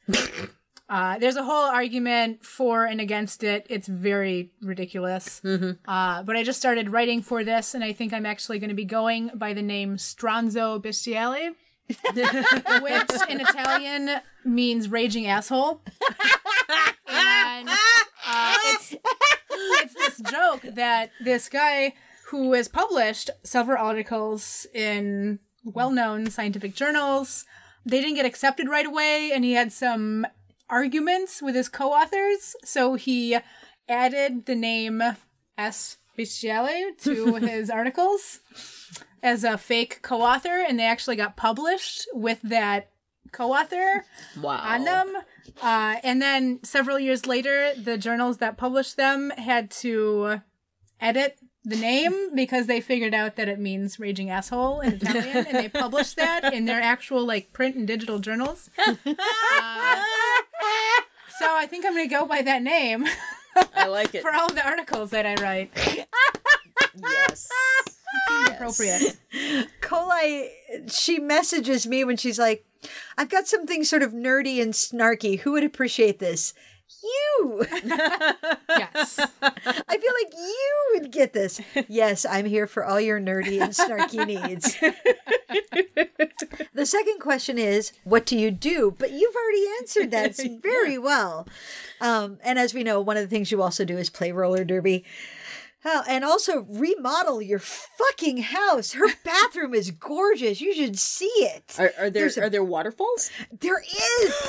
Speaker 4: Uh, there's a whole argument for and against it. It's very ridiculous. Uh, but I just started writing for this, and I think I'm actually going to be going by the name Stronzo Bestiale, which in Italian means raging asshole. And uh, it's, it's this joke that this guy who has published several articles in well known scientific journals, they didn't get accepted right away, and he had some arguments with his co authors, so he added the name S. Bicciale to his articles as a fake co author, and they actually got published with that co author
Speaker 2: wow.
Speaker 4: on them. Uh, and then several years later, the journals that published them had to edit the name because they figured out that it means raging asshole in Italian, and they published that in their actual like print and digital (laughs) journals. Uh, so I think I'm gonna go by that name (laughs)
Speaker 2: I like (laughs) it.
Speaker 4: for all the articles that I write.
Speaker 2: Yes.
Speaker 4: Appropriate.
Speaker 1: Kolai, she messages me when she's like, I've got something sort of nerdy and snarky. Who would appreciate this? You!
Speaker 4: Yes.
Speaker 1: I feel like you would get this. Yes, I'm here for all your nerdy and snarky needs. the second question is, what do you do? But you've already answered that
Speaker 2: (laughs)
Speaker 1: very well. Um, and as we know, one of the things you also do is play roller derby. Oh, and also remodel your fucking house. Her bathroom is gorgeous. You should see it.
Speaker 2: Are, are there are there waterfalls?
Speaker 1: There is.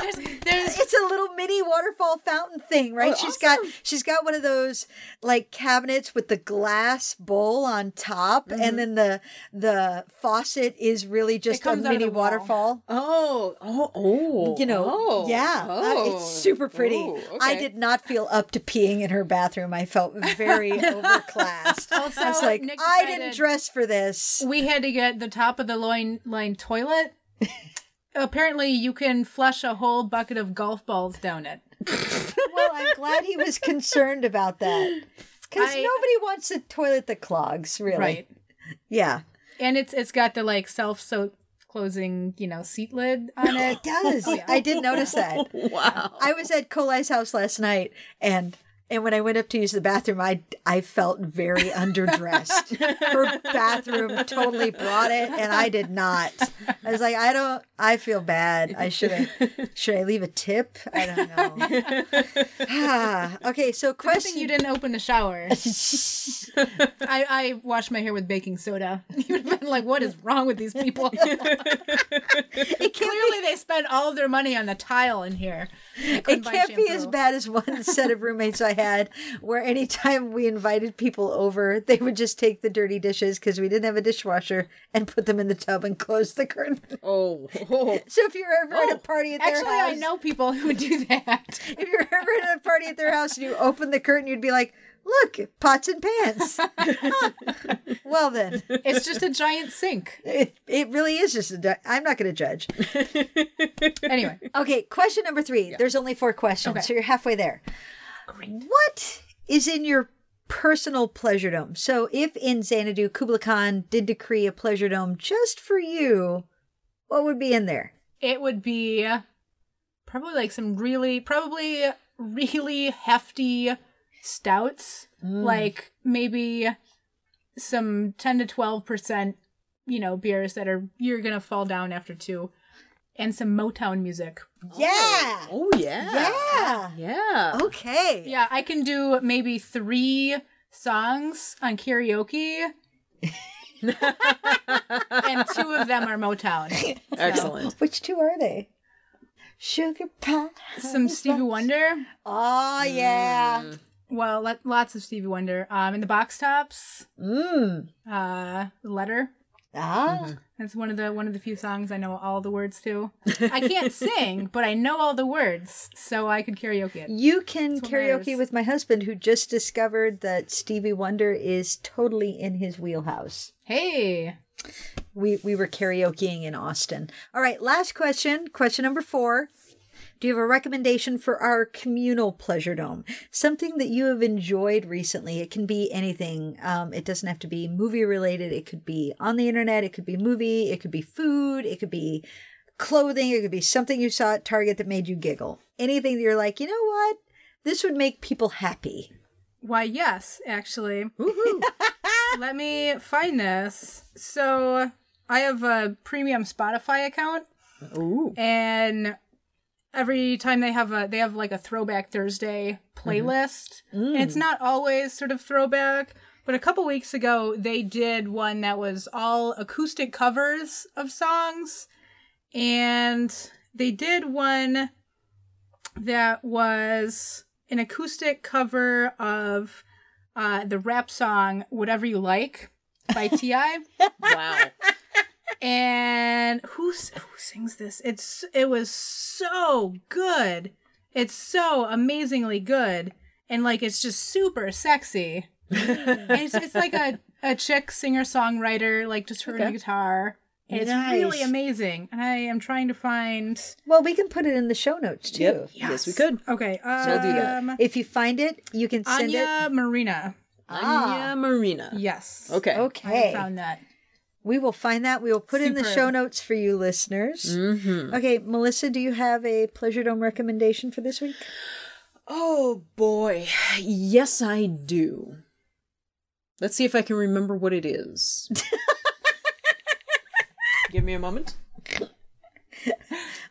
Speaker 4: There's, (laughs) there's
Speaker 1: it's a little mini waterfall fountain thing, right?
Speaker 2: Oh,
Speaker 1: She's got she's got one of those like cabinets with the glass bowl on top, and then the the faucet is really just a
Speaker 4: comes out of
Speaker 1: mini
Speaker 4: the wall.
Speaker 1: waterfall.
Speaker 2: Oh, oh, oh.
Speaker 1: You know,
Speaker 2: oh,
Speaker 1: yeah, uh, it's
Speaker 2: oh,
Speaker 1: super pretty.
Speaker 2: oh,
Speaker 1: I
Speaker 2: okay.
Speaker 1: did not feel up to peeing in her bathroom. I felt very overclassed.
Speaker 4: also
Speaker 1: I was like,
Speaker 4: Nick
Speaker 1: I
Speaker 4: decided-
Speaker 1: didn't dress for this.
Speaker 4: we had to get the top of the loin
Speaker 1: (laughs)
Speaker 4: line toilet. Apparently, you can flush a whole bucket of golf balls down it.
Speaker 1: Well, I'm glad he was concerned about (laughs) that because
Speaker 4: I-
Speaker 1: nobody wants a toilet that clogs, really.
Speaker 4: Right.
Speaker 1: Yeah.
Speaker 4: And it's it's got the like self soap closing, you know, seat lid on it. (laughs)
Speaker 1: (laughs) It does. I did notice that.
Speaker 2: Wow.
Speaker 1: I was at Kolai's house last night, and and when I went up to use the bathroom, I I felt very underdressed. Her bathroom totally brought it, and I did not. I was like, I don't. I feel bad. I should have. Should I leave a tip? I don't know.
Speaker 4: (laughs)
Speaker 1: Ah, (sighs) okay, so
Speaker 4: Good thing
Speaker 1: question.
Speaker 4: you didn't open
Speaker 1: (laughs)
Speaker 4: the shower. (laughs) I, I washed my hair with baking soda. (laughs) You'd have been like, what is wrong with these
Speaker 1: (laughs)
Speaker 4: people? Clearly, they spent all of their money on the tile in here. They couldn't
Speaker 1: it
Speaker 4: buy
Speaker 1: can't be as
Speaker 4: shampoo.
Speaker 1: bad as
Speaker 4: (laughs)
Speaker 1: one set of roommates I had, where anytime we invited people over, they would just take the dirty dishes because we didn't have a dishwasher and put them in the tub and close the curtain.
Speaker 2: (laughs)
Speaker 1: (laughs)
Speaker 2: Oh, oh.
Speaker 1: So if you're ever at a party at their
Speaker 4: Actually,
Speaker 1: house,
Speaker 4: I know people who
Speaker 1: (laughs)
Speaker 4: do that.
Speaker 1: if you're ever at a party at their house and you open the curtain, you'd be like, "Look, pots and
Speaker 4: (laughs)
Speaker 1: pans." (laughs) Huh. well, then
Speaker 4: It's just a giant sink.
Speaker 1: it, it really is just. A di- I'm not going to judge.
Speaker 4: Anyway,
Speaker 1: Okay, question number three. There's only four questions,
Speaker 4: Okay.
Speaker 1: so you're halfway there.
Speaker 4: Great.
Speaker 1: What is in your personal pleasure dome? So, if in Xanadu, Kublai Khan did decree a pleasure dome just for you, what would be in there?
Speaker 4: it would be probably like some really, probably really hefty stouts, like maybe some 10 to 12%, you know, beers that are, you're going to fall down after two, and some Motown music.
Speaker 1: Yeah.
Speaker 2: Oh, yeah. Oh,
Speaker 1: Yeah.
Speaker 2: Yeah.
Speaker 1: Okay.
Speaker 4: Yeah, I can do maybe three songs on karaoke. and two of them are Motown.
Speaker 2: Excellent.
Speaker 1: Which two are they? Sugar pie.
Speaker 4: Some Stevie Wonder. Mm.
Speaker 1: Oh yeah.
Speaker 4: Well, lo- lots of Stevie Wonder. Um, in the box tops,
Speaker 1: Mmm.
Speaker 4: uh, letter.
Speaker 1: Ah,
Speaker 4: That's one of the one of the few songs I know all the words to. I can't sing, but I know all the words, so I could karaoke it.
Speaker 1: you can
Speaker 4: That's what
Speaker 1: karaoke
Speaker 4: matters.
Speaker 1: with my husband, who just discovered that Stevie Wonder is totally in his wheelhouse.
Speaker 4: Hey,
Speaker 1: We we were karaokeing in Austin. All right, last question, question number four. Do you have a recommendation for our communal pleasure dome? Something that you have enjoyed recently? It can be anything. Um, it doesn't have to be movie related. It could be on the internet. It could be movie. It could be food. It could be clothing. It could be something you saw at Target that made you giggle. Anything that you're like, you know what? This would make people happy.
Speaker 4: why? Yes, actually. (laughs) Let me find this. So I have a premium Spotify account,
Speaker 2: Ooh.
Speaker 4: and every time they have a they have like a throwback thursday playlist and it's not always sort of throwback but a couple weeks ago they did one that was all acoustic covers of songs and they did one that was an acoustic cover of uh, the rap song whatever you like by
Speaker 2: (laughs)
Speaker 4: ti
Speaker 2: (laughs) Wow.
Speaker 4: and who s- who sings this? It's it was so good. It's so amazingly good, and like it's just super sexy. it's, it's like a a chick singer songwriter, like just her and a guitar. And It's really
Speaker 1: Nice.
Speaker 4: amazing, and I am trying to find.
Speaker 1: Well, we can put it in the show notes too.
Speaker 2: Yep. Yes, we could.
Speaker 4: Okay, um,
Speaker 2: We'll do that.
Speaker 1: If you find it, you can send it. Ah,
Speaker 4: Anya Marina.
Speaker 2: Anya Marina.
Speaker 4: Yes.
Speaker 2: Ah. Okay.
Speaker 1: Okay.
Speaker 4: I found that.
Speaker 1: We will find that. We will put in the
Speaker 4: Superb.
Speaker 1: show notes for you listeners.
Speaker 2: Mhm.
Speaker 1: Okay, Melissa, do you have a Pleasure Dome recommendation for this week?
Speaker 2: Oh boy. Yes, I do. Let's see if I can remember what it (laughs) is. Give me a moment.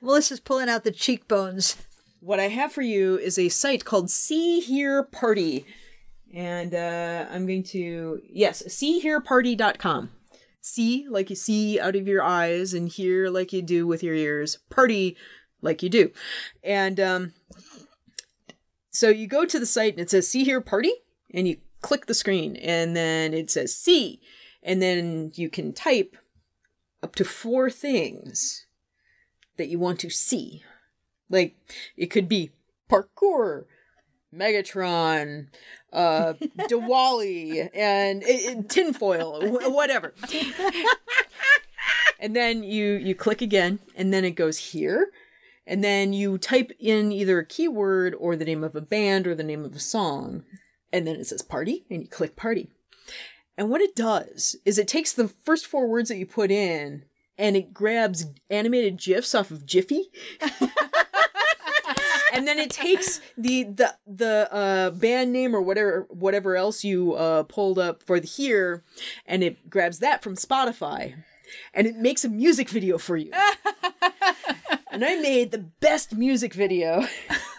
Speaker 1: Melissa's pulling out the cheekbones. (laughs)
Speaker 2: What I have for you is a site called See Here Party. And uh, I'm going to, yes, seehereparty.com. See, like you see out of your eyes, and hear, like you do with your ears. Party, like you do. And um, so you go to the site and it says see here party and you click the screen and then it says see and then you can type up to four things that you want to see like it could be parkour megatron uh diwali and it, it- tinfoil wh- whatever and then you you click again and then it goes here and then you type in either a keyword or the name of a band or the name of a song and then it says party and you click party and what it does is it takes the first four words that you put in and it grabs animated gifs off of jiffy and then it takes the the the uh, band name or whatever whatever else you uh, pulled up for the here and it grabs that from spotify and it makes a music video
Speaker 1: (laughs)
Speaker 2: for you and I made the best music video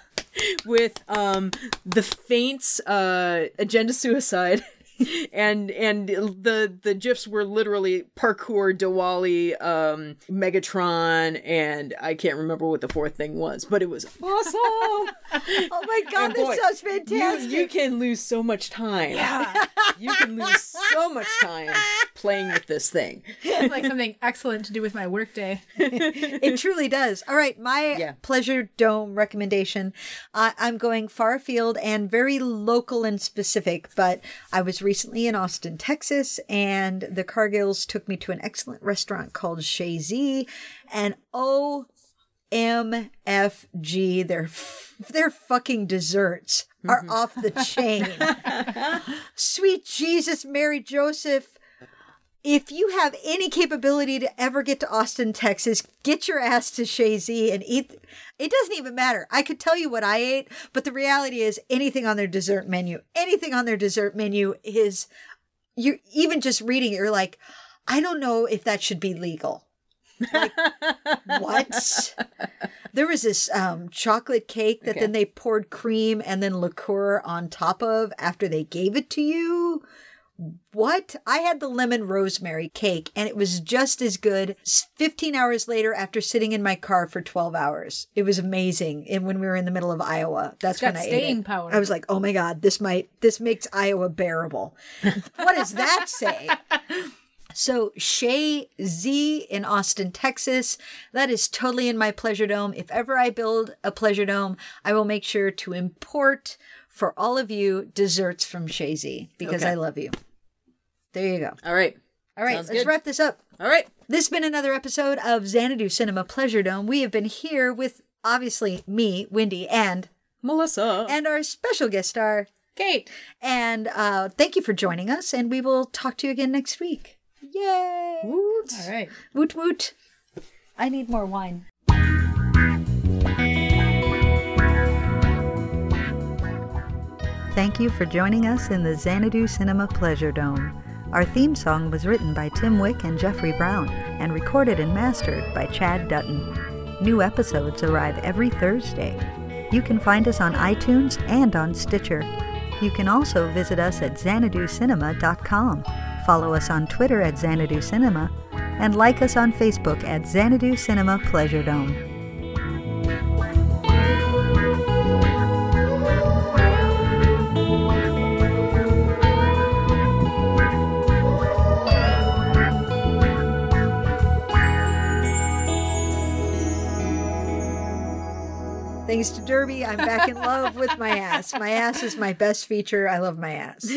Speaker 1: (laughs)
Speaker 2: with um the faints uh agenda suicide (laughs) and and the the gifs were literally parkour diwali um megatron and i can't remember what the fourth thing was but it was awesome
Speaker 1: (laughs) Oh my God,
Speaker 2: And boy,
Speaker 1: this sounds
Speaker 2: you,
Speaker 1: fantastic.
Speaker 2: you can lose so much time you can lose so much time playing with this thing
Speaker 4: It's (laughs) like something excellent to do with my workday.
Speaker 1: it truly does. All right, my
Speaker 2: Yeah.
Speaker 1: Pleasure Dome recommendation. Uh, I'm going far afield and very local and specific, but I was recently in Austin, Texas, and the Cargills took me to an excellent restaurant called Chez Z, and oh MFG. Their f- their fucking desserts are off the chain. Sweet Jesus, Mary Joseph. If you have any capability to ever get to Austin, Texas, get your ass to Chez Z and eat. It doesn't even matter. I could tell you what I ate, but the reality is anything on their dessert menu, anything on their dessert menu is you even just reading it, you're like, I don't know if that should be legal.
Speaker 4: (laughs)
Speaker 1: Like, what? There was this um, chocolate cake that then they poured cream and then liqueur on top of after they gave it to you. What? I had the lemon rosemary cake and it was just as good s- 15 hours later after sitting in my car for 12 hours. It was amazing. And when we were in the middle of Iowa, that's
Speaker 4: It's got
Speaker 1: when I ate
Speaker 4: staying
Speaker 1: it.
Speaker 4: power.
Speaker 1: I was like, oh my God, this might, this makes Iowa bearable. what does that say? So Shay Z in Austin, Texas, that is totally in my pleasure dome. If ever I build a pleasure dome, I will make sure to import for all of you desserts from Shay Z because
Speaker 2: Okay.
Speaker 1: I love you. There you go.
Speaker 2: All right.
Speaker 1: All right,
Speaker 2: Sounds
Speaker 1: let's
Speaker 2: good.
Speaker 1: wrap this up.
Speaker 2: All right.
Speaker 1: This has been another episode of Xanadu Cinema Pleasure Dome. We have been here with obviously me, Wendy, and
Speaker 2: Melissa.
Speaker 1: and our special guest star.
Speaker 4: Kate.
Speaker 1: And uh, thank you for joining us. And we will talk to you again next week. Yay! Woot!
Speaker 4: All right.
Speaker 1: Woot woot! I need more wine. Thank you for joining us in the Xanadu Cinema Pleasure Dome. Our theme song was written by Tim Wick and Jeffrey Brown and recorded and mastered by Chad Dutton. New episodes arrive every Thursday. You can find us on iTunes and on Stitcher. You can also visit us at xanaducinema.com, follow us on Twitter at Xanadu Cinema, and like us on Facebook at Xanadu Cinema Pleasure Dome. Thanks to Derby, I'm back in love with my ass. My ass is my best feature. I love my ass.